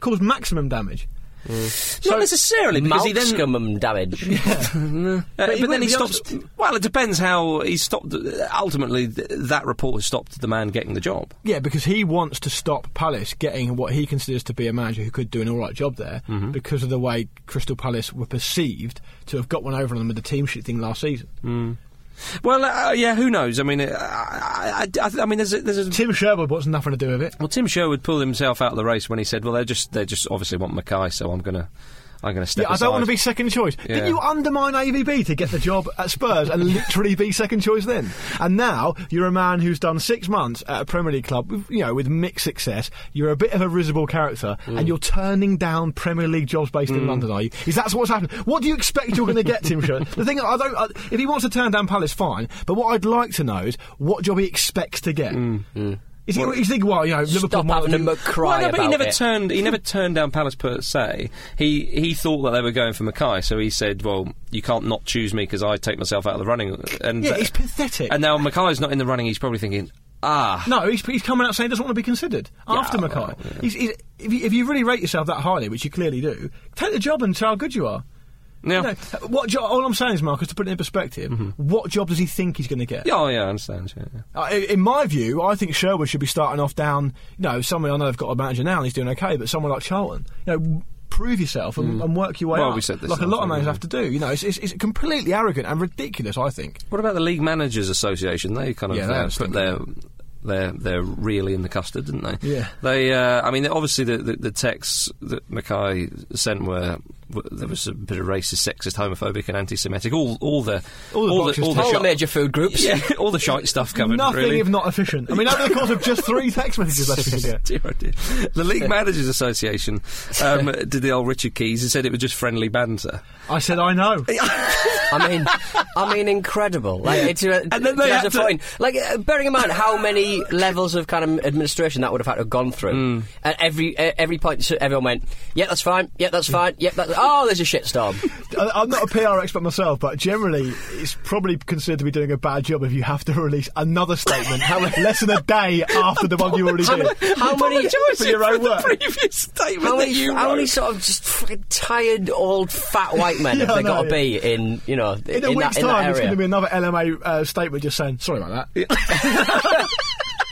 caused maximum damage.
Not necessarily because he
Mouth
then
scum and damage.
Uh,
But
but,
he
then
wouldn't
he
be able
stops. Well, it depends how he stopped. Ultimately, th- that report has stopped the man getting the job.
Yeah, because he wants to stop Palace getting what he considers to be a manager who could do an all right job there because of the way Crystal Palace were perceived to have got one over on them with the team sheet thing last season.
Well, uh, yeah, who knows? I mean, uh, I, I, I, I mean, there's a, there's a
Tim Sherwood wants nothing to do with it.
Well, Tim Sherwood pulled himself out of the race when he said, "Well, they just they just obviously want Mackay, so I'm gonna I'm gonna step."
yeah, I don't
aside."
want to be second choice.
Yeah.
Didn't you undermine AVB to get the job at Spurs and literally be second choice then? And now you're a man who's done six months at a Premier League club, with, you know, with mixed success. You're a bit of a risible character, and you're turning down Premier League jobs based in London. Are you? Is that what's happened? What do you expect you're going to get, Tim Sherwood? The thing I don't, I, if he wants to turn down Palace, fine. But what I'd like to know is what job he expects to get. Is he, he's thinking, well, you know, Liverpool
Stop
might
having
have
him
been-
cry
well, no, but he
about
never
it.
turned. He never turned down Palace per se. He he thought that they were going for Mackay, so he said, "Well, you can't not choose me because I take myself out of the running." And
Yeah, it's pathetic.
And now Mackay's not in the running. He's probably thinking, "Ah,
No, he's, he's coming out saying he doesn't want to be considered after Mackay.
well, yeah.
he's, he's, if, you, if you really rate yourself that highly, which you clearly do, take the job and tell how good you are.
no."
You know, what jo- all I'm saying is, Marcus, to put it in perspective, what job does he think he's going to get?
Mm-hmm. yeah, oh, yeah, I understand. Yeah, yeah.
Uh, in in my view, I think Sherwood should be starting off down, you know, somewhere I know they've got a manager now and he's doing okay, but someone like Charlton, you know, w- prove yourself and, and work your way
Mm. Well,
up,
we said this
like a
last
lot of
week,
managers
yeah.
have to do. You know, it's, it's, it's completely arrogant and ridiculous, I think.
What about the League Managers Association? They kind of
Yeah, they
uh,
have
put
something.
their their their really in the custard, didn't they?
Yeah.
They, uh, I mean, obviously the, the the texts that Mackay sent were w- there was a bit of racist, sexist, homophobic, and anti-Semitic. All all the
All the
the,
boxes
all the,
ticked.
All the
shite-
major food groups.
yeah, all the shite stuff covered.
Nothing
really.
if not efficient. I mean, over the course of just three text messages left me to get.
Dear, oh dear. The League Managers Association um, did the old Richard Keys and said it was just friendly banter.
I said, I know.
I mean, I mean, incredible. Like, it's a,
And then they
there's
had
a
to-
point. Like, uh, bearing in mind how many levels of kind of administration that would have had to have gone through.
Mm.
At every uh, every point, so everyone went, "Yeah, that's fine. Yeah, that's fine. Yeah, that's oh, there's a shitstorm."
I- I'm not a PR expert myself, but generally, it's probably considered to be doing a bad job if you have to release another statement how- less than a day after the one you already did.
How many?
for your own work?
Previous statement
How
that
many,
you
how many
wrote.
sort of just fucking tired old fat white men
Yeah,
have
I
they got to
know,
be in you know
In a week's
that, in
time,
that
it's going
area?
to be another LMA uh, statement just saying, sorry about that.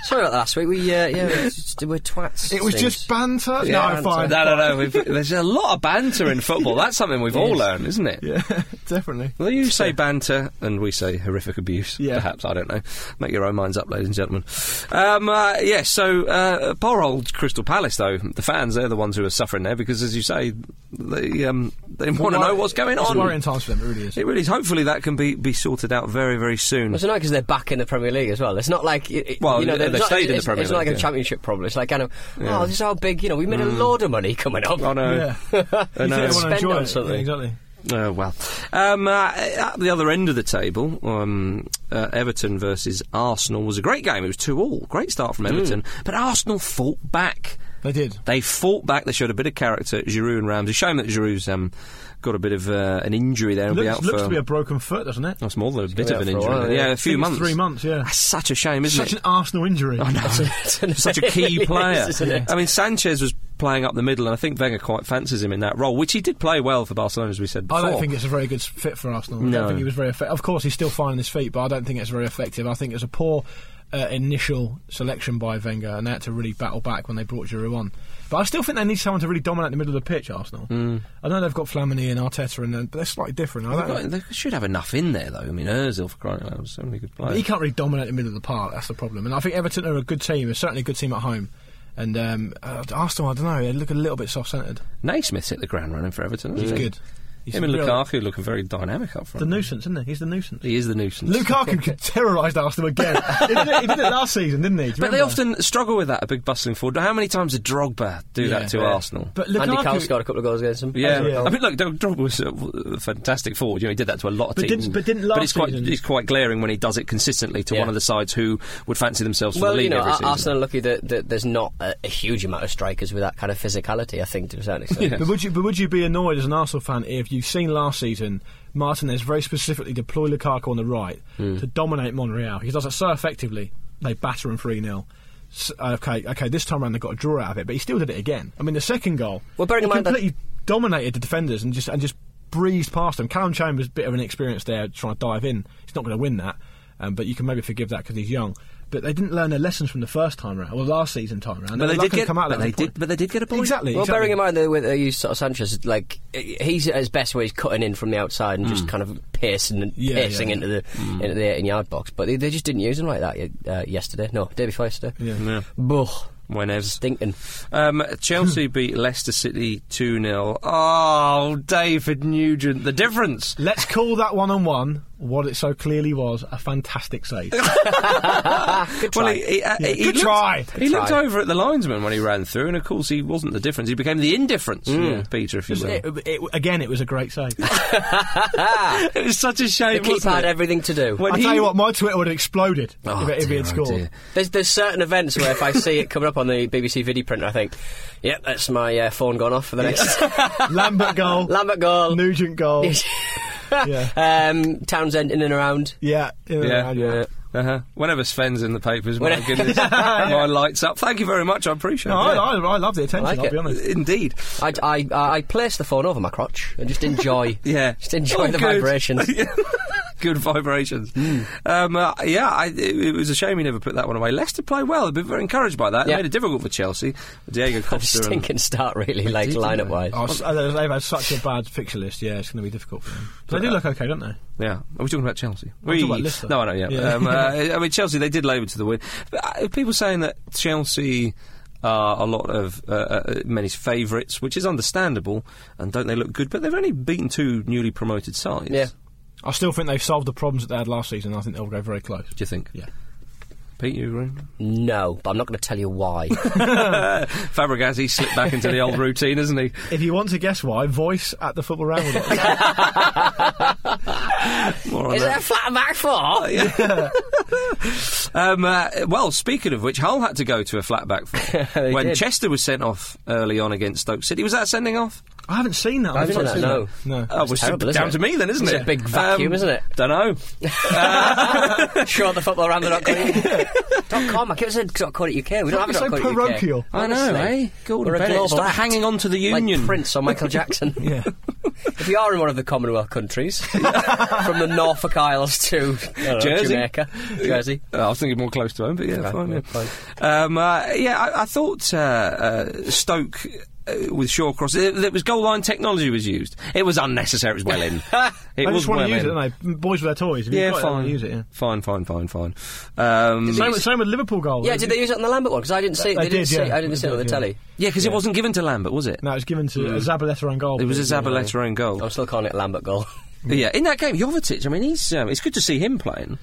Sorry about that last week. We uh, yeah, we just- we're twats.
It was
things.
just banter.
Yeah,
no, fine.
No, no, no. We've, there's a lot of banter in football. That's something we've all learned, isn't it?
Yeah, definitely.
Well, you say banter, and we say horrific abuse.
Yeah.
Perhaps I don't know. Make your own minds up, ladies and gentlemen. Um, uh, yeah. So uh, poor old Crystal Palace, though. The fans—they're the ones who are suffering there because, as you say, they um, they want to know what's going
It's
on.
worrying times for them, it really is.
It really is. Hopefully, that can be, be sorted out very, very soon.
Well, It's annoying because they're back in the Premier League as well. It's not like it, it-
Well,
you know
they-
it's
they
not-
stayed in the
it's-
Premier
It's not like
League, yeah.
a
Mm.
championship problem. It's like kind of oh, this is how big you know we made a load of money coming up.
Oh no.
yeah.
I know.
you think they want to
Spend
enjoy
on
it.
something.
Yeah, exactly.
Oh, well. Um, uh, at the other end of the table, um, uh, Everton versus Arsenal was a great game. It was 2 all. Great start
Mm.
from Everton. But Arsenal fought back.
They did.
They fought back. They showed a bit of character, Giroud and Ramsey. Shame that Giroux's um, got a bit of uh, an injury there. and be
Looks,
out
looks
for,
to be a broken foot, doesn't it?
Oh, it's more than a bit
be
of an
out for a
injury.
while,
yeah.
yeah.
a few
I think it's
months.
Three months, yeah.
That's such a shame, isn't
Such
it? Oh,
an Arsenal injury.
I know. Such a key
It
player.
is, isn't it?
I mean, Sanchez was playing up the middle, and I think Wenger quite fancies him in that role, which he did play well for Barcelona, as we said before.
I don't think it's a very good fit for Arsenal. I
No.
don't think he was very effective. Of course, he's still finding his feet, but I don't think it's very effective. I think it's a poor uh, initial selection by Wenger, and they had to really battle back when they brought Giroud on. But I still think they need someone to really dominate the middle of the pitch. Arsenal. I know they've got Flamini and Arteta, and uh, but they're slightly different. I
Hmm. They've
don't know.
got- they should have enough in there, though. I mean, Ozil for crying out loud, so many good
But
players.
he can't really dominate the middle of the park. That's the problem. And I think Everton are a good team. They're certainly a good team at home. And um, uh, Arsenal, I don't know. They look a little bit soft-centered.
Naismith hit the ground running for Everton.
He's
hasn't he?
good. He's
Hmm. Him and
a real-
Lukaku looking very dynamic up front.
The nuisance, isn't he? He's the nuisance.
he is the nuisance.
Lukaku could terrorised Arsenal again. he, did it, he did it last season, didn't he? Do you
but they
remember?
often struggle with that, a big bustling forward. How many times did Drogba do
Yeah.
that to
Yeah.
Arsenal?
But
Andy Carroll
Lukaku,
scored a couple of goals against them.
yeah.
Yeah.
I mean, look, Drogba was a fantastic forward. You know, he did that to a lot of
But
teams.
didn't- but didn't
it's
last
quite,
season.
it's quite glaring when he does it consistently to
Yeah.
one of the sides who would fancy themselves for
Well,
the league
you know,
every
Ar-
season.
Arsenal are lucky that, that there's not a, a huge amount of strikers with that kind of physicality. I think to a certain extent.
But would you but would you be annoyed as an Arsenal fan if you've seen last season Martinez very specifically deploy Lukaku on the right
Hmm.
to dominate Monreal? He does it so effectively. They batter him three uh, 0 Okay, okay. This time round they got a draw out of it, but he still did it again. I mean, the second goal.
Well,
he
bearing in mind that-
completely dominated the defenders and just and just breezed past them. Callum Chambers, bit of an experience there, trying to dive in. He's not going to win that, um, but you can maybe forgive that because he's young. But they didn't learn their lessons from the first time round, or last season time
But
round. were
they did
lucky to
get-
come out
but
at that
they
point.
did- but they did get a point.
Exactly.
Well,
exactly.
bearing in mind that with uh, you sort of Sanchez, like he's at his best where he's cutting in from the outside and just kind of piercing and
Mm. Yeah, yeah,
piercing
yeah. Mm.
into the into the eighteen yard box, but they, they just didn't use him like that y- uh, yesterday. No, day before yesterday.
Yeah.
Buh,
Whenever.
stinking.
Um,
Hmm.
Chelsea beat Leicester City 2 0. Oh, David Nugent, the difference.
Let's call that one on one what it so clearly was a fantastic save.
Good
Well,
try.
he, he, uh,
Yeah,
he
good
looked,
try.
He
Good
looked
try.
over at the linesman when he ran through, and of course, he wasn't the difference. He became the indifference,
Hmm.
yeah, Peter, if you will.
It- it- again, it was a great save.
It was such a shame.
the keeper
wasn't
had
it?
everything to do.
When
I
he-
tell you what, my Twitter would have exploded
Oh,
if it if he
dear,
had
oh,
scored.
dear.
There's there's certain events where if I see it coming up on the BBC video print, I think, yep, that's my uh, phone gone off for the next
Lambert goal,
Lambert goal.
Nugent goal. yeah,
um, Townsend in and around.
yeah, in and
Yeah,
around,
yeah. Uh-huh. Whenever Sven's in the papers, my
Whenever-
goodness, my lights up. Thank you very much. I appreciate
No, I,
it. Uh,
I, I love the attention.
like
I'll
it.
be honest.
Indeed.
I, I, I place the phone over my crotch and just enjoy.
Yeah.
Just enjoy
Oh,
the
good.
vibrations. Hmm.
Good vibrations. Um, uh, yeah, I, it, it was a shame he never put that one away. Leicester played well. I've been very encouraged by that. They
Yeah.
made it difficult for Chelsea. Diego Costa. and-
Stinking start, really, like
did,
lineup
didn't they?
wise.
Oh, s- uh, they've had such a bad fixture list. Yeah, it's going to be difficult for them. But they do look okay, don't they?
Yeah, are we talking about Chelsea?
We're talking about Leicester.
No, I know. Yeah,
Yeah.
Um, uh, I mean Chelsea. They did labour to the win. But, uh, people saying that Chelsea are a lot of uh, uh, many's favourites, which is understandable, and don't they look good? But they've only beaten two newly promoted sides.
Yeah.
I still think they've solved the problems that they had last season. I think they'll go very close.
Do you think?
Yeah.
Pete, you agree?
No, but I'm not going to tell you why.
Fabregas, he slipped back into the old routine, isn't he?
If you want to guess why, voice at the football ramble.
More on
Is it
that.
a flat back four?
Um, uh, well, speaking of which, Hull had to go to a flat back for
They
when
did.
Chester was sent off early on against Stoke City. Was that sending off?
I haven't seen that.
I haven't
I've not
seen that,
seen
no.
that.
Oh, well, it's
terrible, isn't
down
it?
to me then, isn't
It's
it? Um,
a big vacuum, isn't it?
Don't know.
Sure, the football ramble dot com. I keep saying dot co dot uk. We don't have a
It's so
dot co dot
parochial.
UK.
I know,
Honestly.
eh? Gordon
We're a
Bennett,
global
stop
act.
hanging on to the union.
Like Prince or Michael Jackson.
Yeah.
If you are in one of the Commonwealth countries, from the Norfolk Isles to I don't know,
Jersey.
Jamaica, Jersey.
Uh, I was thinking more close to home, but yeah,
Right,
fine. Yeah,
yeah,
Um, uh, yeah I, I thought uh, uh, Stoke uh, with Shawcross, it, it was goal line technology was used. It was unnecessary. It was well in. It
They
was
just want
well
to use it,
in.
don't they? Boys with their toys. If you've
Yeah,
got it,
fine.
they'll use it. Yeah.
Fine, fine, fine, fine. Um,
Same, with- same with Liverpool goal.
Yeah, did they use it on the Lambert one? Because I didn't see it.
They
They
did,
didn't see.
yeah.
I didn't see it on the
Yeah.
telly.
yeah, because it wasn't given to Lambert, was it?
No, it was given to a Zabaleta on goal.
Mm. It was a Zabaleta own goal.
I'm still calling it a Lambert goal.
Yeah, in that game, Jovetic. I mean, he's um, it's good to see him playing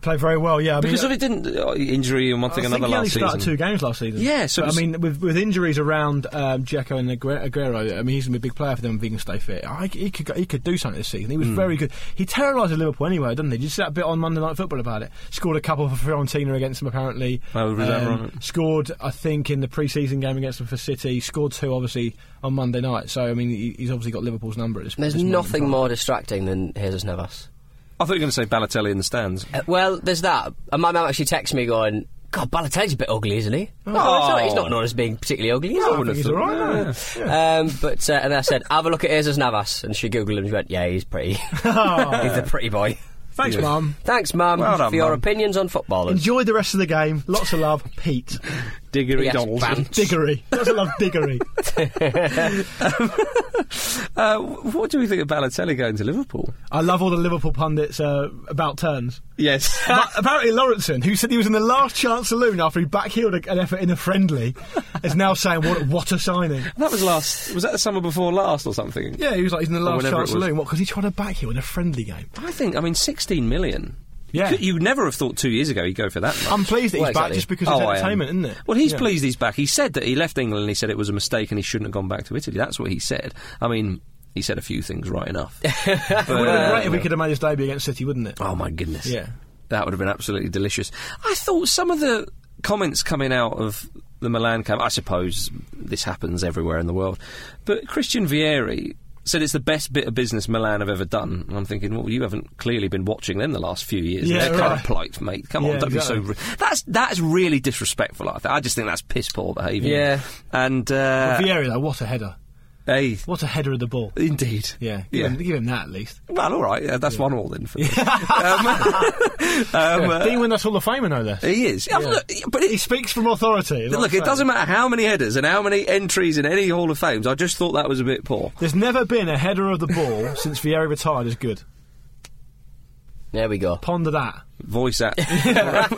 Played very well. Yeah, I mean,
because of it didn't uh, injury and one thing
I
another
think he only
last season.
started two games last season.
Yeah, so
But,
it was-
I mean, with, with injuries around um, Dzeko and Aguero, Aguero, I mean, he's going to be a big player for them if he can stay fit. I, he could go- he could do something this season. He
Hmm.
was very good. He terrorised Liverpool anyway, didn't he? Did you see that bit on Monday Night Football about it? Scored a couple for Fiorentina against them apparently. Um,
Oh, was that right?
Scored, I think, in the pre-season game against them for City. Scored two, obviously, on Monday night. So I mean, he, he's obviously got Liverpool's number at this.
There's
this moment in
nothing
time.
more distracting than Jesus Navas.
I thought you were going to say Balotelli in the stands.
Uh, well, there's that. And my mum actually texts me going, God, Balotelli's a bit ugly, isn't he? Oh. he's not known as being particularly ugly. Is
I
he?
think he's all right. man.
Um, but uh, and I said, have a look at Jesus Navas, and she googled him. and She went, yeah, he's pretty. he's a pretty boy.
Thanks, Mum.
Thanks, mum,
Well done,
for your
Mum.
opinions on footballers.
Enjoy the rest of the game. Lots of love, Pete.
Diggory
Yes,
dolls.
Bant.
Diggory. Lots of love, Diggory.
Uh, wh- what do we think of Balotelli going to Liverpool?
I love all the Liverpool pundits uh, about turns.
Yes.
But apparently, Laurenson, who said he was in the last chance saloon after he backheeled a- an effort in a friendly, is now saying, "What, what a signing!"
that was last. Was that the summer before last or something?
Yeah, he was like, "He's in the last
whenever
chance
it was.
saloon." What? Because he tried to backheel in a friendly game.
I think. I mean, sixteen million.
Yeah.
Could- You'd never have thought two years ago he'd go for that. Much.
I'm pleased that he's
Well,
back
exactly.
just because it's
Oh, I am.
entertainment, isn't it?
Well, he's
Yeah.
pleased he's back. He said that he left England and he said it was a mistake and he shouldn't have gone back to Italy. That's what he said. I mean, he said a few things right enough. But,
It would have been great
uh,
if we could have made his debut against City, wouldn't it?
Oh my goodness.
Yeah.
That would have been absolutely delicious. I thought some of the comments coming out of the Milan camp, I suppose this happens everywhere in the world, but Christian Vieri said it's the best bit of business Milan have ever done. And I'm thinking, well, you haven't clearly been watching them the last few years.
Yeah,
Their
right.
current plight, mate. Come on,
Yeah,
don't be so.
exactly.
Re- that's that's really disrespectful. I, think. I just think that's piss poor behaviour.
Yeah.
And uh,
Vieira, though, what a header!
Hey,
What a header of the ball.
indeed.
Yeah, give,
yeah.
Him, give him that at least.
Well, all right. Yeah, that's one all then. For me. um, um,
Did he
uh,
win us Hall of Famer, no less?
he is. Yeah, Look, but
He
it,
speaks from authority. is
look,
what I'm
it
saying.
doesn't matter how many headers and how many entries in any Hall of Fames. I just thought that was a bit poor.
There's never been a header of the ball since Vieira retired as good.
There we go.
Ponder that.
Voice at.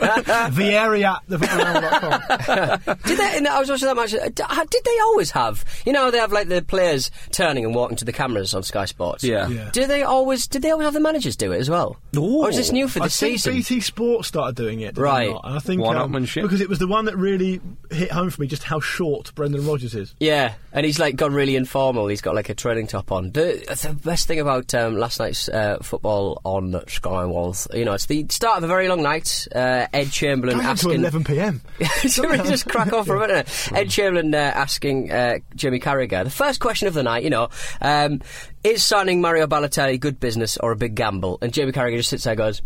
Vieira at the footballramble.com.
did they? and I was watching that match. uh, d- how- Did they always have? You know, how they have like the players turning and walking to the cameras on Sky Sports.
Yeah.
Yeah.
Do they always? Did they always have the managers do it as well? Or is this new for the
I
season?
think BT Sport started doing it, did they
Right.
not? And I think um,
One-upmanship.
because it was the one that really hit home for me just how short Brendan Rodgers is.
Yeah, and he's like gone really informal. He's got like a training top on. The, the best thing about um, last night's uh, football on Sky was, you know, it's the start of a very long night. Uh, Ed Chamberlain
Going to
asking
11 p.m.
Should we just crack off for a minute? Ed Chamberlain uh, asking uh, Jimmy Carragher the first question of the night. You know, um, is signing Mario Balotelli good business or a big gamble? And Jimmy Carragher just sits there, and goes,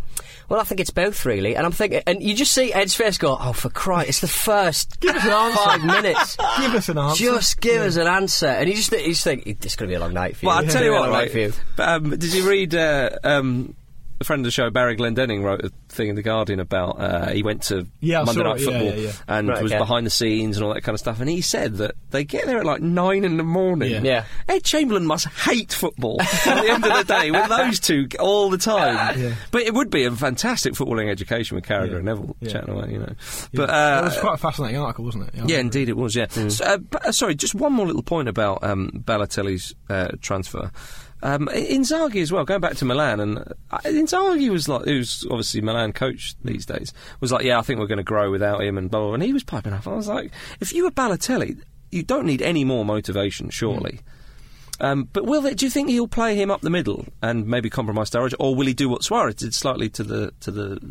"Well, I think it's both, really." And I'm thinking, and you just see Ed's face go, "Oh, for Christ! It's the first
Give us an answer.
five minutes."
Give us an answer.
Just give us an answer, and you just you just think it's going to be a long night for you.
Well, I'll
It's
tell
gonna
you
be
what,
a long night
right?
for you.
But, um, did you read uh, um, a friend of the show, Barry Glendenning, wrote a thing in The Guardian about uh, he went to
Yeah, I
Monday
saw
Night
it. Yeah,
Football
yeah,
and
Right,
was
okay.
behind the scenes and all that kind of stuff. And he said that they get there at like nine in the morning.
Yeah.
Yeah.
Ed Chamberlain must hate football at the end of the day with those two g- all the time. But it would be a fantastic footballing education with Carragher and Neville
Yeah.
chatting away, you know.
Yeah.
But uh,
it was quite a fascinating article, wasn't it?
yeah, indeed it was. Yeah.
Mm.
So, uh, b- uh, sorry, just one more little point about um, Balotelli's uh, transfer. Um, I- Inzaghi as well. Going back to Milan, and uh, Inzaghi was like, who's obviously Milan coach these days, was like, yeah, I think we're going to grow without him, and blah, blah. blah. And he was piping up. I was like, if you were Balotelli, you don't need any more motivation, surely.
Mm.
Um, but will they, do you think he'll play him up the middle and maybe compromise Sturridge, or will he do what Suarez did slightly to the to the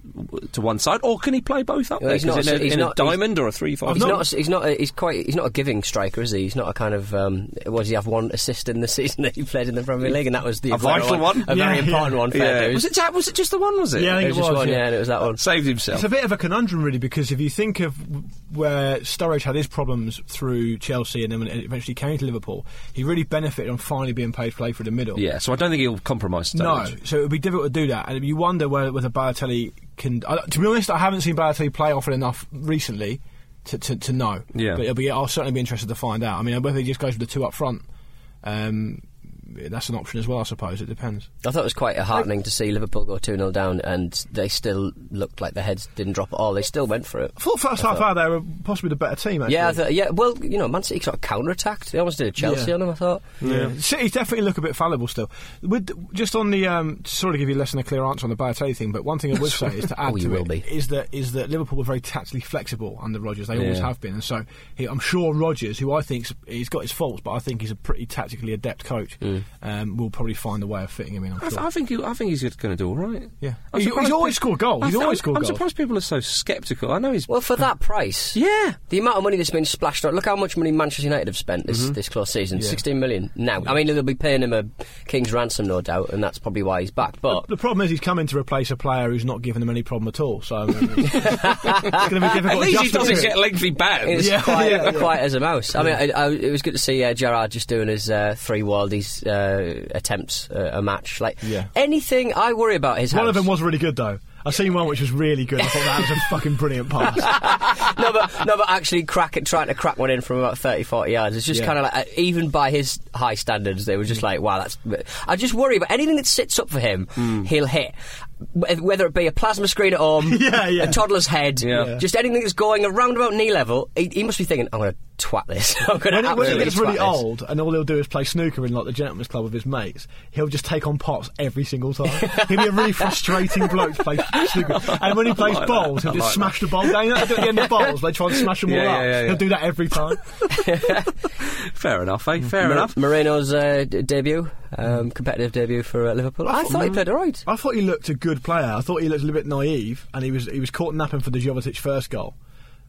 to one side, or can he play both up
Well,
there?
he's
'Cause
not-
in a,
he's
in a
not- he's-
diamond or a three five.
He's not. a- He's not. a- He's quite. He's not a giving striker, is he? He's not a kind of. Um, what does he have? One assist in the season that he played in the Premier League, and that was the
A
Aguero
vital one?
a very
Yeah,
important
yeah.
one. Fair
Yeah.
dues.
Was it, ta- was it just the one, was it?
Yeah, I think
It was just
was,
one,
yeah.
yeah, and it was that one.
Saved himself.
It's a bit of a conundrum, really, because if you think of w- where Sturridge had his problems through Chelsea and then when it eventually came to Liverpool, he really benefited on finally being paid to play for the middle.
yeah, so I don't think he'll compromise
No,
Sturridge.
so it would be difficult to do that, and you wonder whether, whether Balotelli can. I, to be honest, I haven't seen Balotelli play often enough recently to, to, to know.
Yeah.
but it'll be, I'll certainly be interested to find out. I mean, whether he just goes with the two up front, um, that's an option as well. I suppose it depends.
I thought it was quite heartening to see Liverpool go 2 0 down and they still looked like their heads didn't drop at all. They still went for it.
I thought first half hour they were possibly the better team. Actually.
Yeah, I thought- yeah. Well, you know, Man City sort of counter attacked. They almost did a Chelsea
Yeah.
on them, I thought.
Yeah. Cities definitely look a bit fallible still. With, just on the um, to sort of give you less than a clear answer on the Balotelli thing, but one thing I would say is to add
Oh, you
to
will
it
be.
is that is that Liverpool were very tactically flexible under Rodgers. They always
Yeah.
have been, and so he, I'm sure Rodgers, who I think he's got his faults, but I think he's a pretty tactically adept coach, um, will probably find a way of fitting him in. I'm
I,
sure.
th- I think he, I think he's going to do all right.
Yeah.
I'm
He's-
surprised
he's always
pe-
scored goals.
I
He's always
I'm-
scored
I'm
goals.
surprised people are so sceptical. I know he's.
Well, for that price.
yeah.
The amount of money that's been splashed on. Look how much money Manchester United have spent
Mm-hmm.
this, this close season. 16 million now. I mean, they'll be paying him a king's ransom, no doubt, and that's probably why he's back. But
the problem is he's coming to replace a player who's not giving them any problem at all. So I mean, it's, going to be difficult.
At least he
adjustment
doesn't
to it.
get lengthy bans.
It's
Yeah,
quiet,
yeah, yeah.
quiet as a mouse. I mean, I, I, it was good to see uh, Gerard just doing his uh, three worldies uh, attempts uh, a match. Like
Yeah.
anything, I worry about his.
One
house.
of them was really good though. I seen one which was really good. I thought that was a fucking brilliant pass.
no, but no, but actually, crack it, trying to crack one in from about 30, 40 yards. It's just
Yeah. Mm.
kind of like uh, even by his high standards, they were just like, wow, that's. I just worry about anything that sits up for him,
Mm.
he'll hit. Wh- Whether it be a plasma screen at home,
Yeah, yeah.
a toddler's head,
Yeah. Yeah.
just anything that's going around about knee level, he, he must be thinking, I'm going to twat this. I'm going
when,
to
it, when he gets really
this.
old and all he'll do is play snooker in like the gentleman's club with his mates, he'll just take on pots every single time. he'll be a really frustrating bloke to play snooker. And when he plays
like
bowls,
that.
he'll
I
just
like
smash the bowl down. You know, At the end of bowls, they try and smash them
Yeah,
all
yeah,
up.
yeah, yeah.
He'll do that every time.
Fair enough,
Mm.
eh? Fair
Mar-
enough.
Moreno's uh, d- debut, um, competitive debut for uh, Liverpool. I, thought he played all right.
I thought he looked a good player. I thought he looked a little bit naive, and he was he was caught napping for the Jovetic first goal.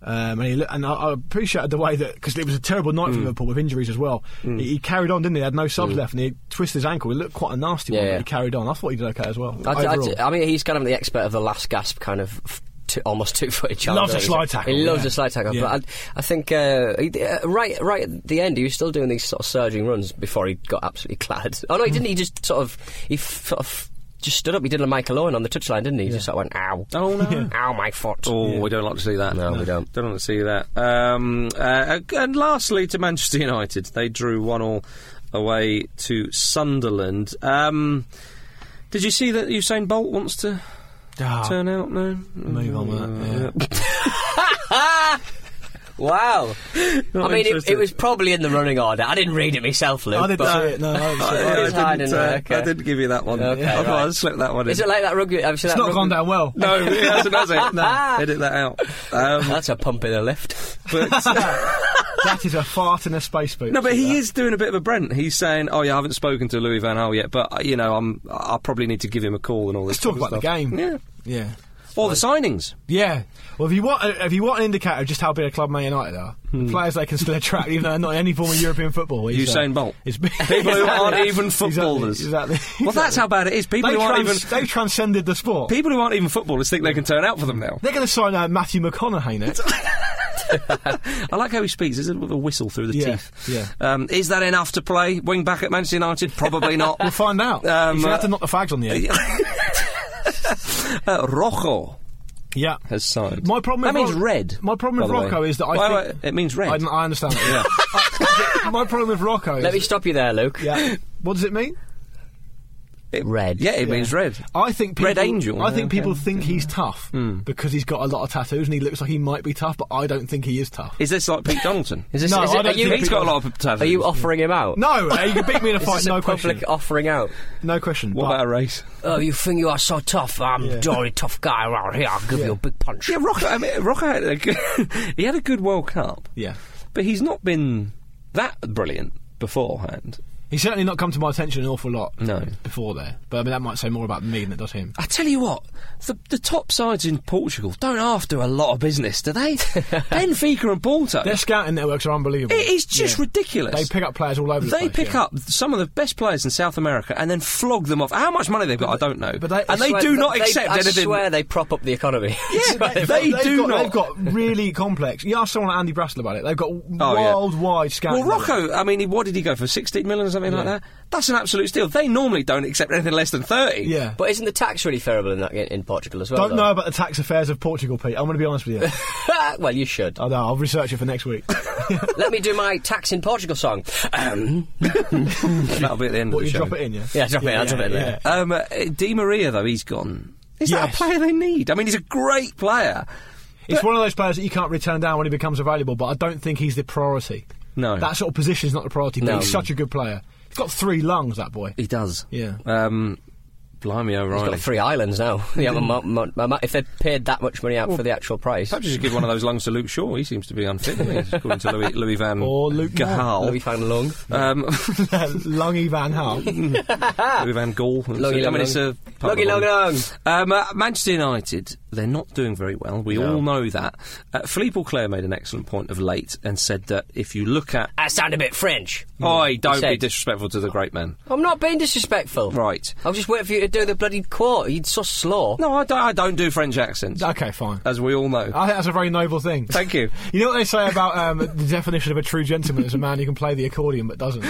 Um, and he loo- and I, I appreciated the way that because it was a terrible night for Liverpool with injuries as well. He, he carried on, didn't he? He had no subs left, and he twisted his ankle. He looked quite a nasty
Yeah,
one. But
yeah.
he carried on. I thought he did okay as well.
I, d- I d-
overall.
I mean, he's kind of the expert of the last gasp kind of f- two, almost two footed
Loves
challenge.
a
on his-
slide tackle,
He loves
yeah.
a slide tackle.
Yeah.
But I, I think uh, he- uh, right right at the end, he was still doing these sort of surging runs before he got absolutely clattered. Oh no, he didn't. He just sort of he f- sort of just stood up. He did a Michael Owen on the touchline, didn't he? He just sort of went ow,
Oh, no.
ow, my foot.
Oh, we don't like to see that.
No, we don't.
Don't want to see that. Um, uh, and lastly, to Manchester United, they drew one all away to Sunderland. Um, did you see that Usain Bolt wants to
Ah,
turn out? No,
move on with that. Yeah.
Wow. I
Not
mean, it,
interested.
it was probably in the running order. I didn't read it myself, Luke.
I didn't
but-
see it. No, I didn't see
I,
it.
Oh,
I
it's hard
didn't,
in there,
uh,
okay.
I didn't give you that one.
Okay,
I thought
right.
I'd slip that one in.
Is it like that rugby? It's
It's not gone down well.
no, it hasn't, has it?
Ah.
No, edit that out. Um,
That's a pump in the lift.
but
that is a fart in a space boot.
No, but he is doing a bit of a Brent. He's saying, "Oh yeah, I haven't spoken to Louis Van Gaal yet, but uh, you know, I'm I probably need to give him a call and all this."
Let's talk
sort
about
of
the game.
stuff."
Yeah.
Yeah, or the signings.
Yeah. Well, if you want, uh, if you want an indicator of just how big a club Man United are, the players they can still attract, even though they're not in any form of European football. is, uh,
Hmm. Usain Bolt.
is-
People who aren't even footballers.
Exactly. exactly.
Well, that's how bad it is. People
They
who aren't
trans-
even
they've transcended the sport.
people who aren't even footballers think they can turn out for them now.
They're going to sign uh, Matthew McConaughey next.
I like how he speaks. There's a little whistle through the
Yeah,
teeth.
yeah.
Um, is that enough to play wing back at Manchester United? Probably not.
we'll find out.
Um,
He's going to have
uh,
to knock the fags on the end.
uh, Rojo
Yeah.
has signed.
My problem.
that
with
means
Ro-
red.
My problem with
by the way.
Rocco is that I
Well,
think
uh, it means red.
I, I understand. That, yeah. I- my problem with Rocco. Is,
Let me stop you there, Luke.
yeah. What does it mean?
It-
Red.
Yeah, it means red.
I think people,
Red Angel. Hmm.
I think people think he's tough because he's got a lot of tattoos and he looks like he might be tough, but I don't think he is tough.
Is this like Pete Donaldson?
Is this,
No,
is
I
it, are
don't
you,
think
He's got a lot of tattoos.
Are you offering him out?
No, uh, you can beat me in a
Is
fight.
this
No
a public
question.
offering out?
No question.
What
but-
about a race?
Oh, you think you are so tough? I'm a jolly tough guy around here. I'll give you a big punch.
Yeah, Rocker. I mean, Rocker had a good, he had a good World Cup,
yeah.
but he's not been that brilliant beforehand.
He's certainly not come to my attention an awful lot.
No.
Before there, but I mean that might say more about me than it does him.
I tell you what, the, the top sides in Portugal don't half do a lot of business, do they? Benfica and Porto.
Their scouting networks are unbelievable.
It is just
Yeah.
ridiculous.
They pick up players all over. the
They
place,
pick
yeah.
up some of the best players in South America and then flog them off. How much money they've got, I don't know.
but they- I
and they
Swear-
do not
they-
accept
I
anything.
swear they prop up the economy.
Yeah,
They've
they
got- they've
do
got,
not. Oh,
They've got really complex. You ask someone like Andy Brassel about it. They've got
yeah.
worldwide
Well,
scouting.
Rocco, I mean, he- what did he go for? 16 million or something like that? That's an absolute steal. They normally don't accept anything less than 30.
Yeah.
But isn't the tax really terrible in, that, in, in Portugal as well?
Don't know
though?
about the tax affairs of Portugal, Pete. I'm going to be honest with you.
well, you should.
I know. I'll research it for next week.
Let me do my tax in Portugal song. Um,
That'll be at the end
what
of
you
the show.
drop it in, yeah?
yeah, drop it. I'll drop it in there.
Um, uh, Di Maria, though, he's gone. Is that a
Yes.
player they need? I mean, he's a great player.
It's one of those players that you can't really turn down when he becomes available, but I don't think he's the priority.
No.
That sort of position is not the priority, but
No.
he's such a good player. He's got three lungs, that boy.
He does.
Yeah.
Um, blimey,
He's
O'Reilly.
got three islands now. Yeah,
Mm.
well, mo- mo- mo- if they paid that much money out for the actual price.
Perhaps you should give one of those lungs to Luke Shaw. He seems to be unfit, isn't he? according to Louis, Louis Van
Or Luke
Gaal.
Louis Van Lung.
Um,
Lungy Van Hal.
Louis Van Gaal.
Lungy
I mean, it's a...
Lung. Lungy Lung Lung.
Um, uh, Manchester United, they're not doing very well. We all know that. Uh, Philippe Auclair made an excellent point of late and said that if you look at.
I sound a bit French.
Mm.
Oi, don't be
said- Oh.
disrespectful to the great man.
I'm not being disrespectful.
Right.
I was just waiting for you to do the bloody quote. You're so slow.
No, I don't, I don't do French accents,
okay, fine.
as we all know.
I think that's a very noble thing.
Thank you.
You know what they say about um, the definition of a true gentleman is a man who can play the accordion but doesn't.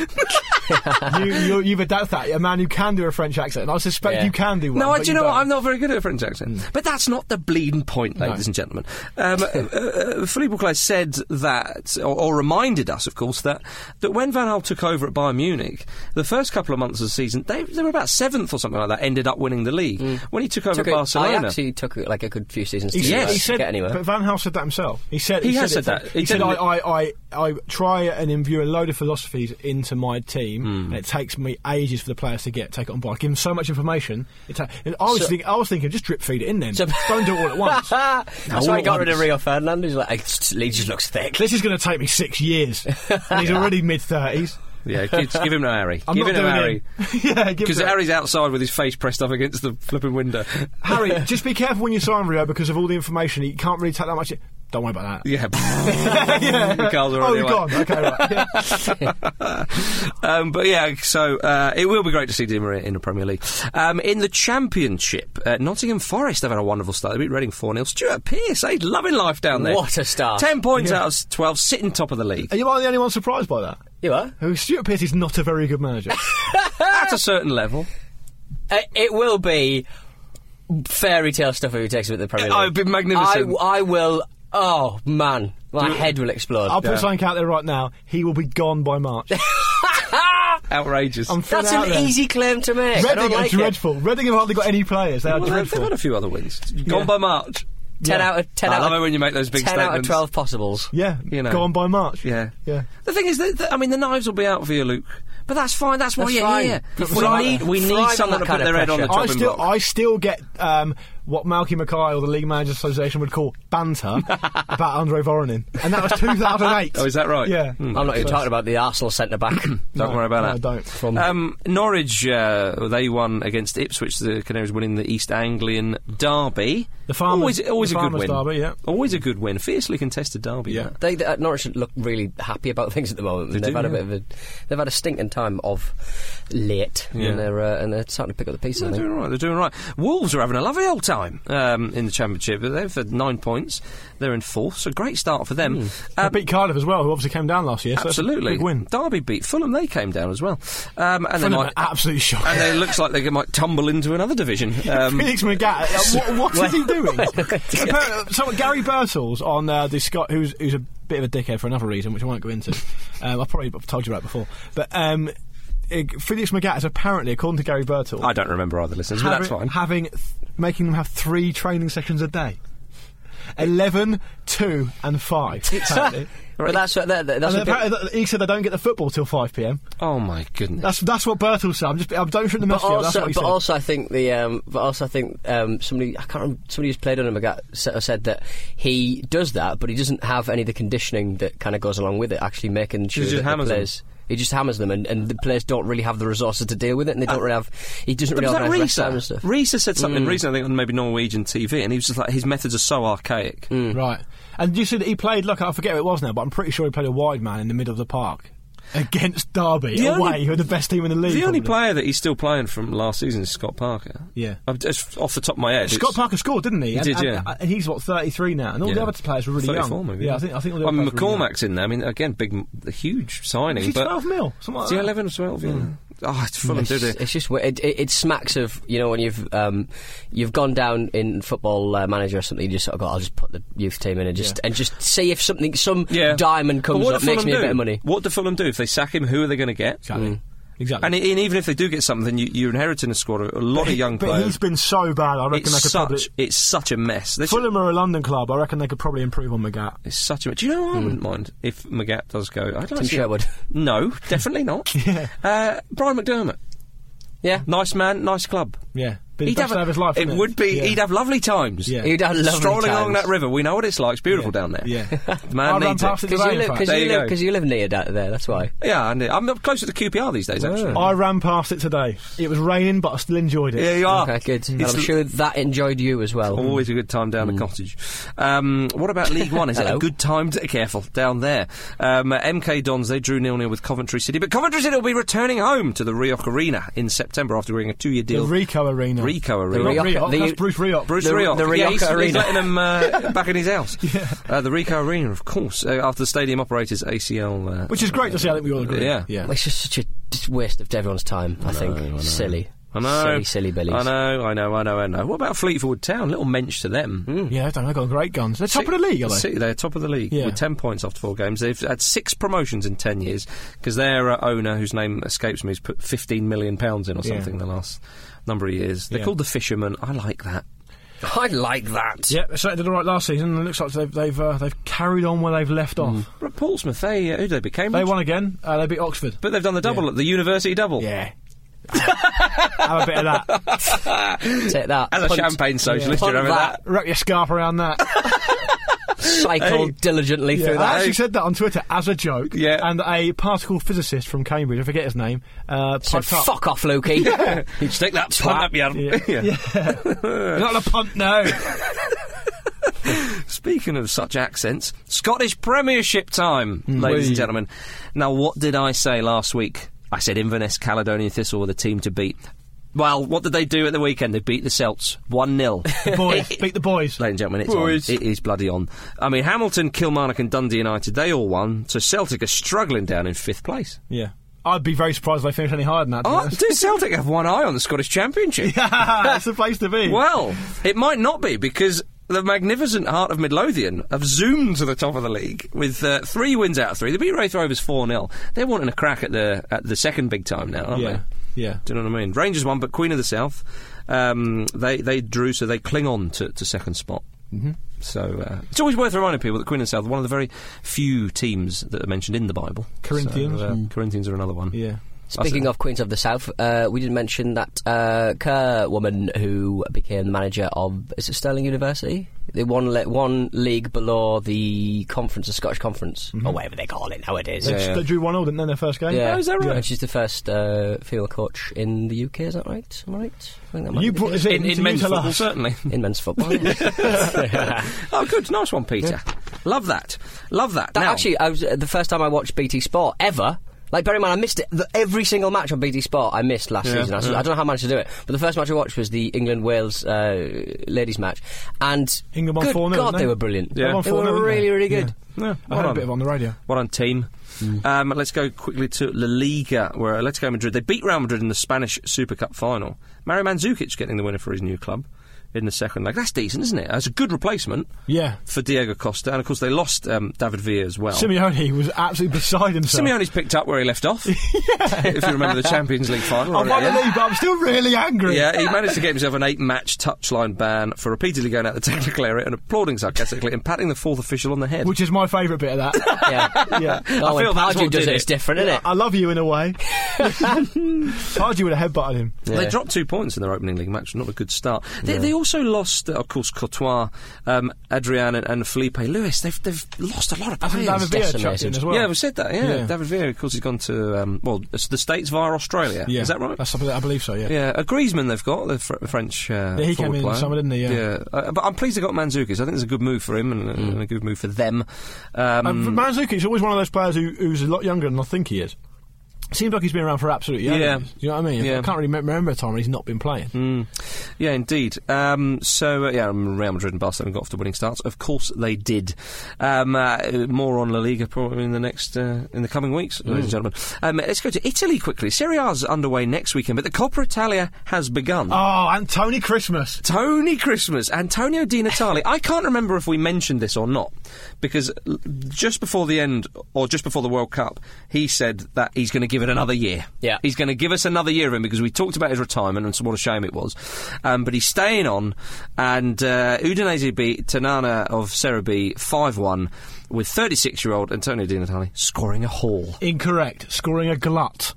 you, you, you've adapted that. A man who can do a French accent, and I suspect
Yeah.
you can do one.
No, I,
but
do you know
don't.
what? I'm not very good at a French accent. But that's not the bleeding point, ladies and gentlemen. Um, uh, uh, Philippe Auclair said that, or, or reminded us, of course, that, that when Van Gaal took over at Bayern Munich, the first couple of months of the season, they, they were about seventh or something like that, ended up winning the league. When he took over
Took
at
it-
Barcelona.
I actually took it like a good few seasons to
He
do
said,
that,
he
to
said,
get anywhere.
but Van Hal said that himself. He said
He
he
has
said,
said
it-
that. He
He, said,
said
I,
that-
I, I, I try and imbue a load of philosophies into my team,
Hmm.
and it takes me ages for the players to get take it on board. I give them so much information. It ta- and I was thinking, I was thinking, just drip feed it in then.
So-
Don't do it all at once.
Ah, That's
all
why I
at
got rid of
once.
Rio Ferdinand. He's like, "Hey, just- he just looks thick.
This is going to take me six years, and he's already mid thirties.
Yeah, give, give him no Harry.
I'm
give
not
him no
doing
Harry.
it. yeah, give
Because
it-
Harry's outside with his face pressed up against the flipping window.
Harry, just be careful when you sign Rio because of all the information. You can't really take that much. Don't worry about that.
Yeah. Carl's already
oh,
away.
God. Okay, right. Yeah.
um, but yeah, so uh, it will be great to see Di Maria in the Premier League. Um, in the Championship, uh, Nottingham Forest have had a wonderful start. They beat Reading 4 0. Stuart Pearce, eh? Loving life down there.
What a start.
10 points out of 12, sitting top of the league.
Are you one of the only ones surprised by that?
You are.
Oh, Stuart Pearce is not a very good manager.
At a certain level.
Uh, it will be fairy tale stuff if he takes it at the Premier League.
Oh, it'd be magnificent.
I, I will. Oh man, my head will
Oh,
explode.
I'll put something out there right now. He will be gone by March.
Outrageous.
I'm throwing
That's
it out
an
there.
easy claim to make. I don't
Reading
like
are dreadful. Reading have hardly got any players. They are
Well, they've-
dreadful.
They've had a few other wins. Gone by March.
it. Ten out of ten.
I
out
love
of,
it when you make those big
ten out of
statements.
twelve possibles.
yeah,
you know.
gone by March.
Yeah.
yeah.
The thing is, that, that- I mean, the knives will be out for you, Luke. But that's fine. That's why
That's
you're
fine.
here. We
You thrive-
need we
thrive
need
on
someone
that
to put
kind of
their head on the
pressure.
I
chopping
still,
block.
I still get um, what Malky Mackay or the League Managers Association would call banter about Andre Voronin, and that was 2008.
Oh, is that right?
Yeah.
Hmm.
I'm not even talking about the Arsenal centre back.
Don't worry about
no,
that.
don't. From-
um, Norwich, uh, they won against Ipswich. The Canaries winning the East Anglian derby.
The Farmers-
always, always
the
a good
Farmers
win.
derby, yeah.
Always a good win. Fiercely contested derby.
Yeah.
that.
They, they uh, Norwich look really happy about things at the moment. They have
do,
had a
yeah.
bit of a, they've had a stinking time of late,
Yeah.
and they're uh, and they're starting to pick up the pieces. I
They're
think.
doing all right. They're doing all right. Wolves are having a lovely old time um, in the championship. They've had nine points. They're in fourth, so great start for them.
I
Um,
beat Cardiff as well, who obviously came down last year. So that's a
absolutely,
big win.
Um, Derby beat Fulham. They came down as well, um, and they
Fulham uh,
might.
are absolutely shocked.
and it looks like they might tumble into another division. Um,
Felix McGat, uh, what, what is he doing? Apparently, so Gary Birtles on uh, the Scott, who's who's a bit of a dickhead for another reason, which I won't go into. Um, I've probably told you about it before, but um, uh, Felix McGat is apparently, according to Gary Birtles,
I don't remember either listeners, but that's
having,
fine.
having th- making them have three training sessions a day. 11, 2 and 5. apparently.
But that's what, that, that- that's
and
what people-
apparently th- he said they don't get the football till 5pm.
Oh my goodness!
That's that's what Bertel said. I'm just, I don't think the
But
message, that's
also,
what he
but
said.
also, I think the um, but also I think um, somebody I can't remember somebody who's played on him I got- sa- uh, said that he does that, but he doesn't have any of the conditioning that kind of goes along with it. Actually, making sure
just
that the
hammers them.
players he just hammers them, and, and the players don't really have the resources to deal with it, and they don't really have he doesn't really
was that
organise rest time and
Risa?
stuff. Mm.
Risa said something recently, I think, on maybe Norwegian TV, and he was just like, his methods are so archaic.
Mm.
Right. And you see that he played, look, I forget who it was now, but I'm pretty sure he played a wide man in the middle of the park against Derby
The
away,
only-
who are the best team in the league.
The only
probably.
player that he's still playing from last season is Scott Parker.
Yeah.
I'm just off the top of my head.
Scott
it's-
Parker scored, didn't he? He and,
did,
and- uh,
yeah.
And, he's, what, 33 now? And all
yeah.
the other players were really
34
young.
Maybe,
yeah, I think, I think all the
I
other
mean,
players were really young.
McCormack's in there. I mean, again, big, a huge signing.
Is he
but
12 mil? Something like
Is he
that.
11 or 12? Yeah.
Mm.
Oh, it's Fulham,
It's,
do they?
it's just weird. it, it, it smacks of you know when you've um, you've gone down in football uh, manager or something. You just sort of go, I'll just put the youth team in and just and just see if something some diamond
But
comes
what
up
do
makes
Fulham
me a
do?
bit of money.
What do Fulham do if they sack him? Who are they going to get?
Exactly. Exactly.
Mm. And, i- and even if they do get something, you, you're inheriting a squad of a lot
But
of
he-
young
but
players.
he's been so bad, I reckon
It's
they could
such,
probably.
it's such a mess. They should-
Fulham are a London club, I reckon they could probably improve on McGat.
It's such a. Do you know
Hmm.
I wouldn't mind if Magat does go? I'd like
Tim
to see-
Sherwood.
No, definitely not.
Yeah.
Uh, Brian McDermott,
Yeah,
nice man, nice club.
Yeah. Been the best day of his life.
it
hasn't
would be.
Yeah.
He'd have lovely times.
Yeah.
He'd have lovely
Strolling along
times.
that river, we know what it's like. It's beautiful down there.
Yeah.
the man
I ran
needs
past
it.
it
because
Right,
you,
in
live
fact.
because
There
you,
you
live
go.
because you live near that there. That's why.
Yeah, and I'm closer to QPR these days. Actually,
I ran past it today. It was raining, but I still enjoyed it.
yeah, you are.
Okay, good. And
It's Oh,
I'm sure that enjoyed you as well.
Always a good time down the cottage. Um, what about League One? Is it a
Mm. Hello.
good time? To, careful down there. Um, uh, MK Dons they drew nil nil with Coventry City, but Coventry City will be returning home to the Rioch Arena in September after agreeing a two year
The
deal.
Rico Arena.
Rico
The
Arena.
Not
Rioch-
Riot.
the-
That's Bruce Riot.
Bruce
The-
Rioch.
the
yeah,
Rioch
he's, he's
Arena.
letting him uh, back in his house. Uh, the Rico Arena, of course, uh, after the stadium operator's ACL. Uh,
Which is great to see. I think we all agree.
Yeah.
yeah.
It's just such a just waste of everyone's time. I, think silly.
I know.
Silly, silly billies.
I know, I know, I know, I know. What about Fleetwood Town? Little mensch to them.
Mm.
Yeah, they've done- they've got great guns. They're top of the league, are they?
City, they're top of the league
Yeah.
with 10 points after four games. They've had six promotions in 10 years because their uh, owner, whose name escapes me, has put 15 million pounds in or
Yeah.
something in the last number of years. They're
Yeah.
called the Fishermen. I like that.
I like that.
Yeah, they certainly did all right last season. and It looks like they've they've, uh, they've carried on where they've left off.
But Portsmouth, they, uh, who did they became?
They won again. Uh, they beat Oxford.
But they've done the double, the university double.
Yeah. Have a bit of that.
Take that.
As a
Punt-
champagne socialist,
Punt
you remember that?
that.
Wrap your scarf around that.
Cycle diligently
Yeah,
through
I
that.
actually said that on Twitter as a joke.
Yeah.
And a particle physicist from Cambridge, I forget his name, uh,
Said,
piped up.
fuck off, Lukey.
You stick that punt up your...
Yeah. You're not a punt, no.
Speaking of such accents, Scottish Premiership time, ladies
Wee.
and gentlemen. Now, what did I say last week? I said Inverness, Caledonian Thistle were the team to beat. Well, what did they do at the weekend? They beat the Celts 1 0.
The boys. Beat the boys.
Ladies and gentlemen, it's
Boys.
on. It is bloody on. I mean, Hamilton, Kilmarnock, and Dundee United, they all won, so Celtic are struggling down in fifth place.
Yeah. I'd be very surprised if they finish any higher than that. to be
Oh,
honest.
do Celtic have one eye on the Scottish Championship?
That's the place to be.
Well, it might not be because the magnificent Heart of Midlothian have zoomed to the top of the league with uh, three wins out of three. They beat Wraith Rovers 4 0. They're wanting a crack at the at the second big time now, aren't
Yeah.
they?
Yeah.
Do you know what I mean? Rangers won, but Queen of the South, um, they, they drew, so they cling on to, to second spot. Mm-hmm. So uh, it's always worth reminding people that Queen of the South are one of the very few teams that are mentioned in the Bible.
Corinthians. hmm.
So, uh, Corinthians are another one.
Yeah.
Speaking of Queens of the South, uh, we did mention that uh, Kerr woman who became the manager of is it Stirling University? The one le- one league below the conference, the Scottish Conference, or whatever they call it nowadays.
They,
Yeah, yeah.
they drew one all, didn't they, in their first game?
Yeah.
Oh, is that right?
And she's the first uh, female coach in the UK. Is that right? Am I right? I think that might
You
be the
brought us
case.
in,
in, in
to
men's
use a
football,
laugh.
certainly.
in men's football. that
Oh, good. Nice one, Peter. Love that. Love that. now,
actually, I was uh, the first time I watched BT Sport ever. Like, bear in mind, I missed it. The, every single match on BT Sport I missed last season. I, s- I don't know how I managed to do it, but the first match I watched was the England Wales uh, ladies match, and
England won
good
4-0,
God,
didn't
they?
they?
were brilliant.
Yeah. They won
They were
4-0, didn't they?
really, really good.
Yeah,
I
well
heard a
done.
bit of it on the radio.
What on team? Um, let's go quickly to La Liga, where Atletico Madrid they beat Real Madrid in the Spanish Super Cup final. Mario Mandzukic getting the winner for his new club in the second leg. That's decent, isn't it? That's a good replacement
Yeah.
for Diego Costa, and of course they lost um, David Villa as well.
Simeone was absolutely beside himself.
Simeone's picked up where he left off. If you remember the Champions League final.
I
right at
want
the
to
end.
leave, but I'm still really angry.
Yeah, he managed to get himself an eight-match touchline ban for repeatedly going out the technical area and applauding sarcastically and patting the fourth official on the head.
Which is my favourite bit of that.
Yeah.
yeah.
Oh, when
feel that's
Pardew
what
does
did
it,
it.
It's different, isn't it?
I love you in a way. Hardy would have headbutted him.
They dropped two points in their opening league match. Not a good start. They, they also lost, uh, of course, Courtois, um, Adrian, and, and Felipe Luis. They've, they've lost a lot of
I think
players.
David Villa chucked
decimated.
in as well.
Yeah, we said that. Yeah.
Yeah.
David Villa, of course, has gone to um, well it's the states via Australia.
Yeah.
Is that right?
That's something that I believe so, yeah.
yeah, a Griezmann they've got the fr- French. Uh,
Yeah, he
forward
came in
player.
summer, didn't he? Yeah.
Uh, but I'm pleased they got Mandzukic. I think it's a good move for him and, and a good move for them. Um,
Um,
Mm.
Mandzukic is always one of those players who, who's a lot younger than I think he is. Seems like he's been around for absolutely ages.
Yeah.
You know what I mean?
Yeah.
I can't really me- remember a time when he's not been playing.
Mm.
Mm. Yeah, indeed. Um, so, uh, yeah, um, Real Madrid and Barcelona got off to winning starts. Of course, they did. Um, uh, more on La Liga probably in the next uh, in the coming weeks, ladies and gentlemen. Um, let's go to Italy quickly. Serie A's underway next weekend, but the Coppa Italia has begun.
Oh, and Tony Christmas.
Tony Christmas, Antonio Di Natale. I can't remember if we mentioned this or not, because l- just before the end, or just before the World Cup, he said that he's going to give it another year.
Yeah.
He's going to give us another year of him because we talked about his retirement and so what a shame it was. Um, but he's staying on, and uh, Udinese beat Tanana of Serie B 5 1 with 36 year old Antonio Di Natale scoring a haul.
Incorrect. Scoring a glut.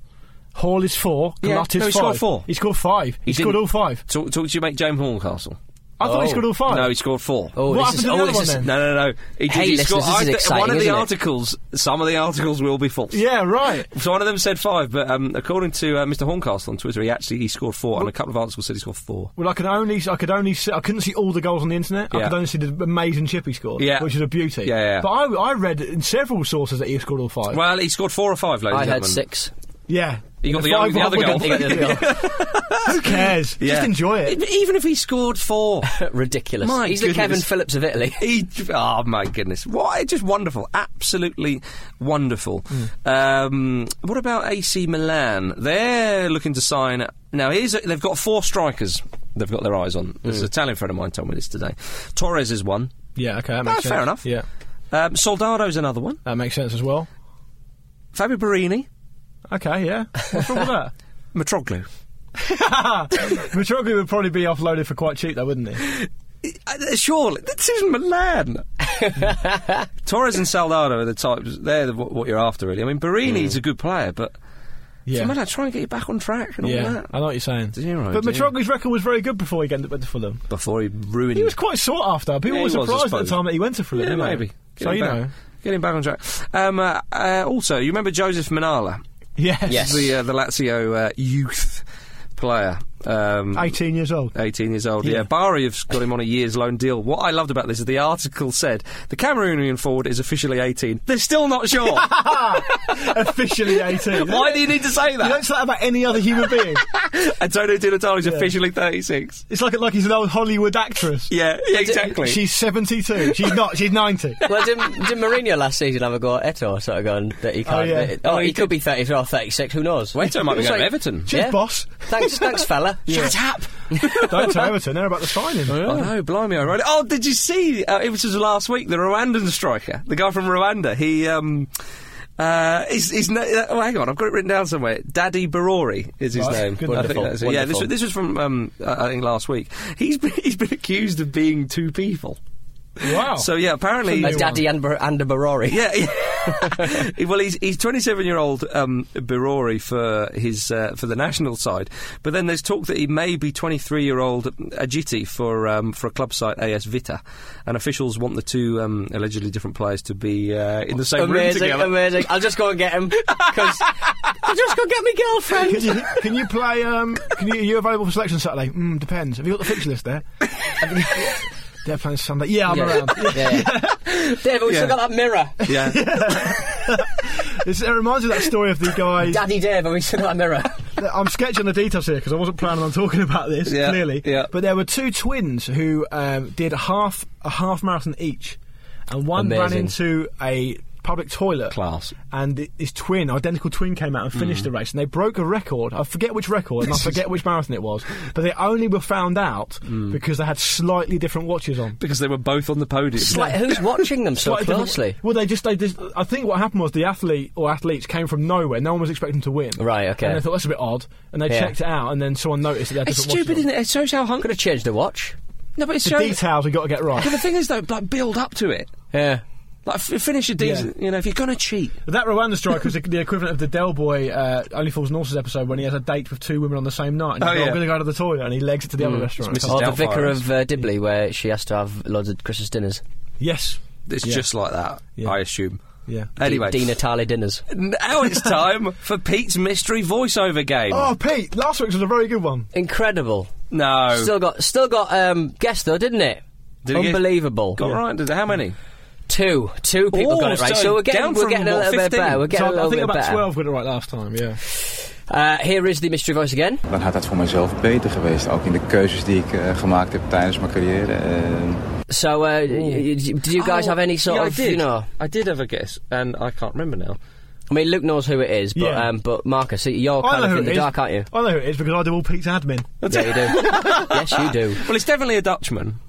Hall is four,
Yeah.
glut is
No, he
five.
scored four.
He scored five. He, scored
didn't-
all five.
Talk, talk to your mate, James Horncastle.
I thought he
Oh.
scored all five.
No, he scored four.
Oh,
What
this
happened
is,
to the
oh,
other
this
one
is
then?
No, no, no. He
Hey,
he
listeners, this is
th-
exciting,
One of the
isn't it?
articles, some of the articles will be false.
Yeah, right.
So one of them said five, but um, according to uh, Mr. Horncastle on Twitter, he actually he scored four, and a couple of articles said he scored four.
Well, I could only, I could only, see, I couldn't see all the goals on the internet.
Yeah.
I could only see the amazing chip he scored,
Yeah.
which is a beauty.
Yeah, yeah.
But I, I read in several sources that he scored all five.
Well, he scored four or five, ladies
I
and
had
gentlemen.
six.
yeah,
He got the,
Five
other- the
one
other goal.
would've
He got the other goal.
Who cares?
Yeah.
Just enjoy it.
Even if he scored four,
Ridiculous.
My
He's the
goodness.
Kevin Phillips of Italy.
He, oh my goodness! Why? Just wonderful, absolutely wonderful.
Hmm.
Um, what about AC Milan? They're looking to sign. Now, here's a, they've got four strikers. They've got their eyes on.
Hmm.
This Italian friend of mine told me this today. Torres is one.
Yeah, okay, that
Ah,
makes sense.
fair enough.
Yeah,
Um, Soldado's another one.
that makes sense as well.
Fabio Barini,
Okay, yeah. What's wrong with that?
Matroglou.
Matroglou would probably be offloaded for quite cheap, though, wouldn't he?
Uh, Surely, this is Milan. Torres and Soldado are the types. They're the, what, what you're after, really. I mean, Barini's a good player, but Mm.
Yeah.
yeah. Milan, try and get you back on track and all
yeah,
that.
I know what you're saying.
Zero,
but
yeah.
Matroglu's record was very good before he went went to Fulham.
Before he ruined.
He was quite sought after. People
Yeah,
were
he was, I
surprised at
suppose.
the time that he went to Fulham.
yeah,
weren't they?
maybe. Get
So
him
you
back.
know,
Get him back on track. Um, uh, uh, also, you remember Joseph Minala,
yes,
Yes.
the uh, the Lazio uh, youth player. Um,
18 years old.
18 years old. Yeah,
Yeah.
Bari have got him on a year's loan deal. What I loved about this is the article said the Cameroonian forward is officially 18. They're still not sure.
Officially 18.
Why do you need to say
You
that?
don't say that about any other human being.
Antonio Di Natale is officially 36.
It's like like he's an old Hollywood actress.
Yeah, yeah, exactly.
She's 72. She's not. She's 90.
well, did, did Mourinho last season have a go at Eto, sort of going that he can't?
Oh, yeah.
that- oh, he, could be 33 or 36, who knows?
Waito might be going
It's
to
like-
Everton.
Cheers,
Yeah.
boss.
Thanks, thanks, fella. Shut up!
Don't tell Everton. They're about to sign him.
Oh no, blimey, I wrote it. Oh, did you see? Uh, it was just last week. The Rwandan striker, the guy from Rwanda. He, um, uh, his, his na- uh, oh, hang on, I've got it written down somewhere. Daddy Barori is his
Right,
name.
good
I
name.
think that's it. Yeah, this,
Wonderful.
this was from um, I I think last week. He's been, he's been accused of being two people.
Wow.
So yeah, apparently
A daddy and, Bar- and a Barori.
yeah. yeah. well, he's he's 27 year old um, Birori for his uh, for the national side, but then there's talk that he may be 23 year old Ajiti for um, for a club site AS Vita, and officials want the two um, allegedly different players to be uh, in the same room
Amazing,
together.
amazing. I'll just go and get him. 'cause I'll just go get my
Can
girlfriend.
you, can you play? Um, can you, are you available for selection Saturday? Mm, depends. Have you got the fixture list there? Have you- They're playing Sunday. Yeah, I'm around.
Yeah. Dave, we
Yeah.
still got that mirror.
Yeah,
It's, it reminds me of that story of the guy.
Daddy Dave, and we still got that mirror.
I'm sketching the details here because I wasn't planning on talking about this
Yeah,
clearly.
yeah.
But there were two twins who um, did a half a half marathon each, and one ran
Amazing.
into a public toilet.
class.
and his twin, identical twin, came out and
Mm.
finished the race. And they broke a record. I forget which record, and I forget which marathon it was. But they only were found out
Mm.
because they had slightly different watches on.
Because they were both on the podium.
It's like, who's watching them so
Slightly different-
closely?
Well, they just, they just. I think what happened was the athlete or athletes came from nowhere. No one was expecting to win.
Right, okay.
And they thought that's a bit odd, and they
Yeah.
checked it out, and then someone noticed that they had
It's
different
stupid,
watches
isn't it? It shows how hungry.
Could have changed the watch.
No, but it
on. The
shows.
details we got to get right.
But the thing is, though, like build up to it.
Yeah.
Like f- finish a decent. You know, if you're gonna cheat,
But That Rwanda striker is the- the equivalent of the Del Boy uh, Only Fools and Horses episode when he has a date with two women on the same night. And
Oh,
he's like,
yeah.
I'm going to go to the toilet, and he legs it to the
Mm.
other restaurant.
Mrs.
Or the
Doubtfire
Vicar
is-
of uh, Dibley, where she has to have loads of Christmas dinners.
Yes.
it's
Yeah.
just like that.
Yeah.
I assume.
Yeah.
Mm.
Anyway,
Di Natale dinners.
Now it's time for Pete's mystery voiceover game.
Oh, Pete, last week's was a very good one.
Incredible.
no.
Still got, still got um, guess though, didn't it?
Did we get-
Unbelievable.
Got right. Did, how many?
Two, two people
Oh,
got it right.
so
So we're
down
getting, we're
from,
getting a
what,
little bit
15?
better. We're
So
getting
I
a little
think
bit
about
better.
12 got it right last time, yeah.
Uh, here is the mystery voice again.
dan had dat voor mezelf beter geweest. Ook in de keuzes die ik eh, gemaakt heb tijdens mijn carrière. eh.
So, uh, y- y- did you guys have any sort
Oh, yeah,
of,
I did.
you know?
I did have a guess, and I can't remember now.
I mean, Luke knows who it is, but
Yeah.
um, but Marcus, you're kind of in the
it is.
dark, aren't you?
I know who it is because I do all Pete's admin.
Yeah, you do. yes, you do.
Well, it's definitely a Dutchman.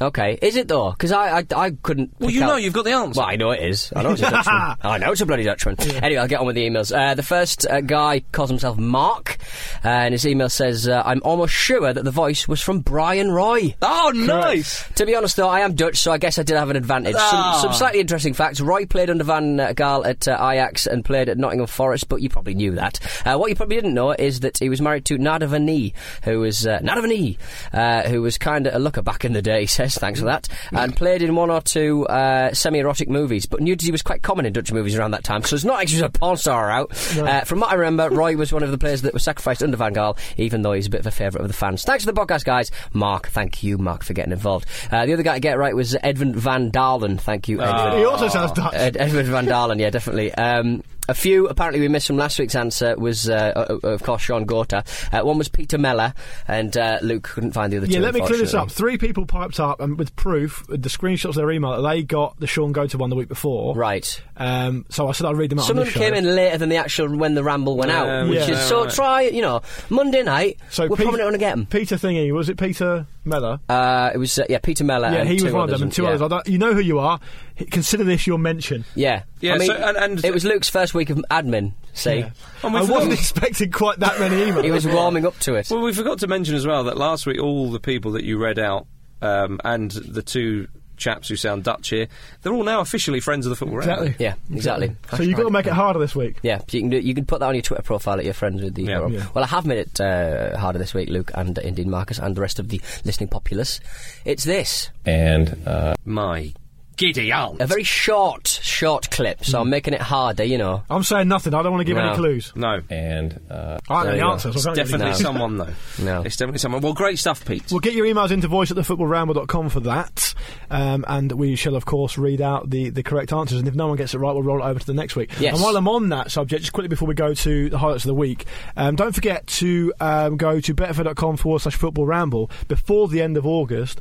Okay, is it though? Because I, I I couldn't.
Well,
pick
you know,
out-
you've got the answer.
Well, I know it is. I know it's a Dutchman. I know it's a bloody Dutchman. Anyway, I'll get on with the emails. Uh, the first uh, guy calls himself Mark, uh, and his email says, uh, "I'm almost sure that the voice was from Brian Roy."
Oh, nice.
To be honest, though, I am Dutch, so I guess I did have an advantage.
Ah.
Some, some slightly interesting facts. Roy played under Van uh, Gaal at uh, Ajax and played at Nottingham Forest, but you probably knew that. Uh, what you probably didn't know is that he was married to Nada Vanee, who was uh, Nada Vanee, uh, who was kind of a looker back in the day. He says, thanks for that, and played in one or two uh, semi-erotic movies. But nudity was quite common in Dutch movies around that time, so it's not actually a porn star out. Uh, from what I remember, Roy was one of the players that was sacrificed under Van Gaal, even though he's a bit of a favourite of the fans. Thanks for the podcast, guys. Mark, thank you, Mark, for getting involved. Uh, the other guy to get right was Edwin Van Dalen. Thank you, Edwin.
He also sounds Dutch.
Ed- Edward Van Dalen, yeah, definitely. Um, a few apparently we missed from last week's answer was, uh, o- o- of course, Sean Gorta. Uh, one was Peter Meller, and uh, Luke couldn't find the other
yeah,
two.
let me clear this up.
unfortunately.
Three people piped up and with proof, with the screenshots of their email, that they got the Sean Go to one the week before.
Right.
Um, so I said I'd read them out.
Some
on
of
this
them
show.
came in later than the actual when the ramble went out,
Yeah,
which
yeah.
is so
Right.
try you know Monday night.
So
we're
Pete-
probably not going to get them.
Peter Thingy, was it Peter Meller?
Uh, it was uh, yeah Peter Meller.
yeah,
and
he
two
was one of
others,
them, and two
yeah.
others. I don't, you know who you are. H- Consider this your mention.
Yeah,
Yeah,
I mean,
so- and- and-
it was Luke's first week of admin. See,
Yeah.
And we
I wasn't
forgot-
expecting quite that many emails.
Oh, he was warming up to it.
Well, we forgot to mention as well that last week all the people that you read out um, and the two chaps who sound Dutch here, they're all now officially friends of the football. Ramble.
Exactly.
Yeah, exactly.
So you've got to make it harder this week.
Yeah, so you can do, you can put that on your Twitter profile at your friends with the
Yeah.
Rob.
Yeah.
Well, I have made it uh, harder this week, Luke, and uh, indeed Marcus, and the rest of the listening populace. It's this.
and uh,
My
giddy aunt.
A very short, short clip, so
Mm.
I'm making it harder, you know.
I'm saying nothing. I don't want to give
No.
any clues.
No.
and uh,
I don't know
There you
the
go.
answers.
It's
I can't give any
definitely
No.
someone, though.
No.
It's definitely someone. Well, great stuff, Pete.
We'll get your emails into voice at thefootballramble.com for that. Um, and we shall, of course, read out the, the correct answers. And if no one gets it right, we'll roll it over to the next week.
Yes.
And while I'm on that subject, just quickly before we go to the highlights of the week, um, don't forget to um, go to betfair.com forward slash football ramble before the end of August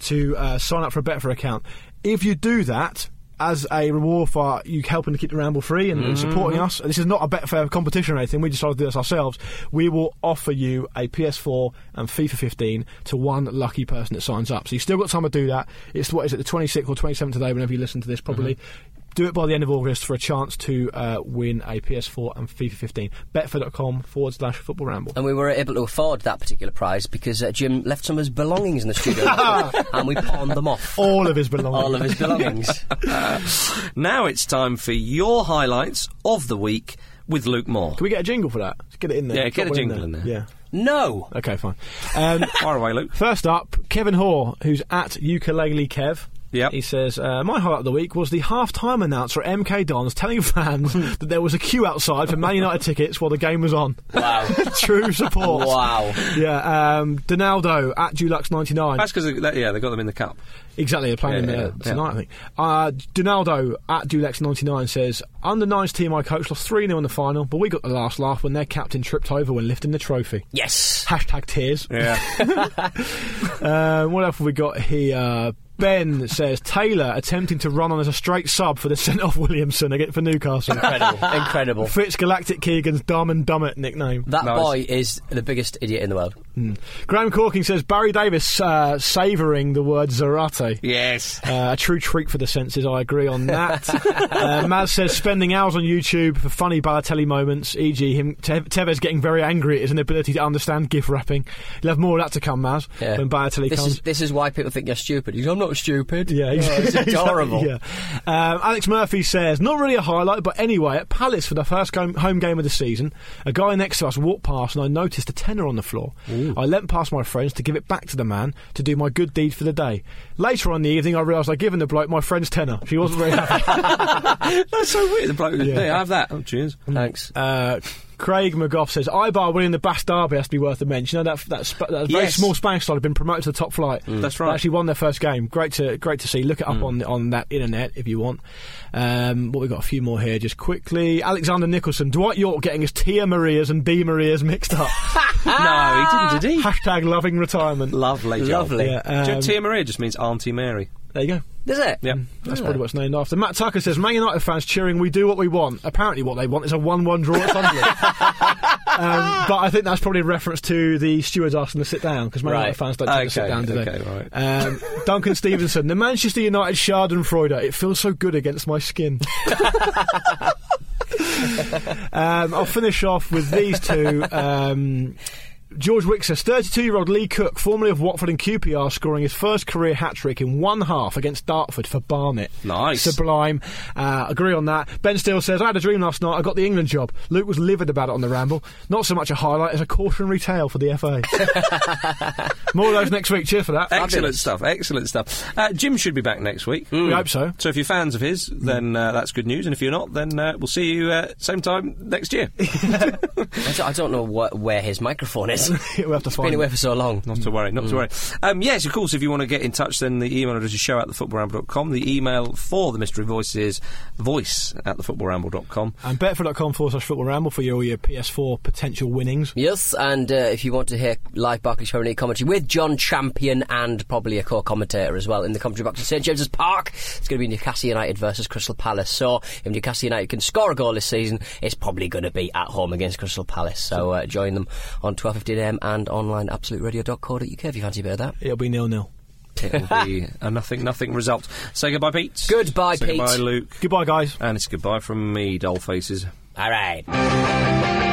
to uh, sign up for a Betfair account. If you do that, as a reward for you helping to keep the ramble free and, and supporting us, this is not a Betfair competition or anything. We decided to do this ourselves. We will offer you a PS4 and FIFA 15 to one lucky person that signs up. So you've still got time to do that. It's what is it, the 26th or 27th today? Whenever you listen to this, probably. Do it by the end of August for a chance to uh, win a PS4 and FIFA 15. Betfair.com forward slash football ramble.
And we were able to afford that particular prize because uh, Jim left some of his belongings in the studio and we pawned them off.
All of his belongings.
All of his belongings.
Now it's time for your highlights of the week with Luke Moore.
Can we get a jingle for that? Let's get it in
Yeah,
there.
get
Drop
a
one
jingle in there.
Yeah.
no!
Okay, fine. Um,
Fire away, Luke.
First up, Kevin Hoare, who's at ukulele Kev.
Yep.
He says, uh, My highlight of the week was the half-time announcer at MK Dons telling fans
Hmm.
that there was a queue outside for Man United tickets while the game was on.
Wow.
True support.
Wow.
Yeah, um, Donaldo at Dulux99.
That's because, yeah, they got them in the cup.
Exactly, they're playing
Yeah,
in there
yeah, yeah.
tonight, I think. Uh, Donaldo at Dulex99 says, Under 9's team I coached lost 3 0 in the final, but we got the last laugh when their captain tripped over when lifting the trophy.
Yes!
Hashtag tears.
Yeah.
Um, what else have we got here? Ben says Taylor attempting to run on as a straight sub for the sent off Williamson again for Newcastle.
Incredible. Incredible.
Fitz Galactic Keegan's Dumb and Dummett nickname.
That
Nice.
boy is the biggest idiot in the world.
Graham Corking says Barry Davis uh, savouring the word Zarate.
yes.
Uh, a true treat for the senses, I agree on that. uh, Maz says spending hours on YouTube for funny Balotelli moments, e.g., him Te- Tevez getting very angry at his inability to understand GIF wrapping. You'll have more of that to come, Maz,
Yeah.
when Balotelli
This
comes.
is, this is why people think you're stupid. You go, I'm not stupid.
Yeah,
Oh, it's
exactly,
adorable.
Yeah. Um, Alex Murphy says, not really a highlight, but anyway, at Palace for the first game, home game of the season, a guy next to us walked past and I noticed a tenner on the floor. I leant past my friends to give it back to the man to do my good deed for the day. Later on in the evening, I realised I'd given the bloke my friend's tenner. She wasn't very happy.
That's so weird. The bloke was,
Yeah.
yeah. I have that. Oh, cheers.
Thanks.
uh, Craig McGough says, Ibar winning the Bass Derby has to be worth a mention. You know, that, that, sp- that very
Yes. Mm.
small Spanish side have been promoted to the top flight.
That's
They
right. Mm.
Actually won their first game. Great to great to see. Look it up on on that internet if you want. Um, but we've got a few more here just quickly. Alexander Nicholson, Dwight York getting his Tia Marias and D Marias mixed up.
no, he didn't, did he?
Hashtag loving retirement.
Lovely, job.
Lovely.
Yeah,
Do you
um,
know Tia Maria just means Auntie Mary.
There you go.
Does it?
Yeah.
That's probably what's named after. Matt Tucker says, Man United fans cheering, we do what we want. Apparently, what they want is a 1 1 draw at Sunderland. um, but I think that's probably a reference to the stewards asking to sit down, because Man
Right.
United fans don't tend to sit
Okay,
down, do they?
okay, right.
um, Duncan Stevenson, the Manchester United Schadenfreude, it feels so good against my skin. um, I'll finish off with these two. Um, George Wixas, 32 year old Lee Cook, formerly of Watford and QPR, scoring his first career hat trick in one half against Dartford for Barnet.
Nice.
Sublime. Uh, agree on that. Ben Steele says, I had a dream last night. I got the England job. Luke was livid about it on the ramble. Not so much a highlight as a cautionary tale for the FA. More of those next week. Cheer for that.
Excellent stuff. Excellent stuff. Uh, Jim should be back next week. Mm.
We hope so. Mm.
So if you're fans of his, then uh, that's good news. And if you're not, then uh, we'll see you uh, same time next year.
I don't, I don't know wh- where his microphone is.
We'll have to
been
find
away for so long.
Not to worry,
Mm.
not to worry. Um, yes, of course, if you want to get in touch, then the email address is show at thefootballramble.com. The email for the mystery voice is voice at thefootballramble.com.
And betfair.com forward slash football ramble for your, all your PS4 potential winnings.
Yes, and uh, if you want to hear live Barclays Premier League commentary with John Champion and probably a co-commentator as well in the commentary box at St James's Park, it's going to be Newcastle United versus Crystal Palace. So if Newcastle United can score a goal this season, it's probably going to be at home against Crystal Palace. So uh, join them on 12.15am and online at absoluteradio.co.uk if you fancy a bit of that.
It'll be nil nil.
It'll be a nothing, nothing result. Say goodbye, Pete.
Goodbye,
Say
Pete.
Goodbye, Luke.
Goodbye, guys.
And it's goodbye from me, Dollfaces.
All right.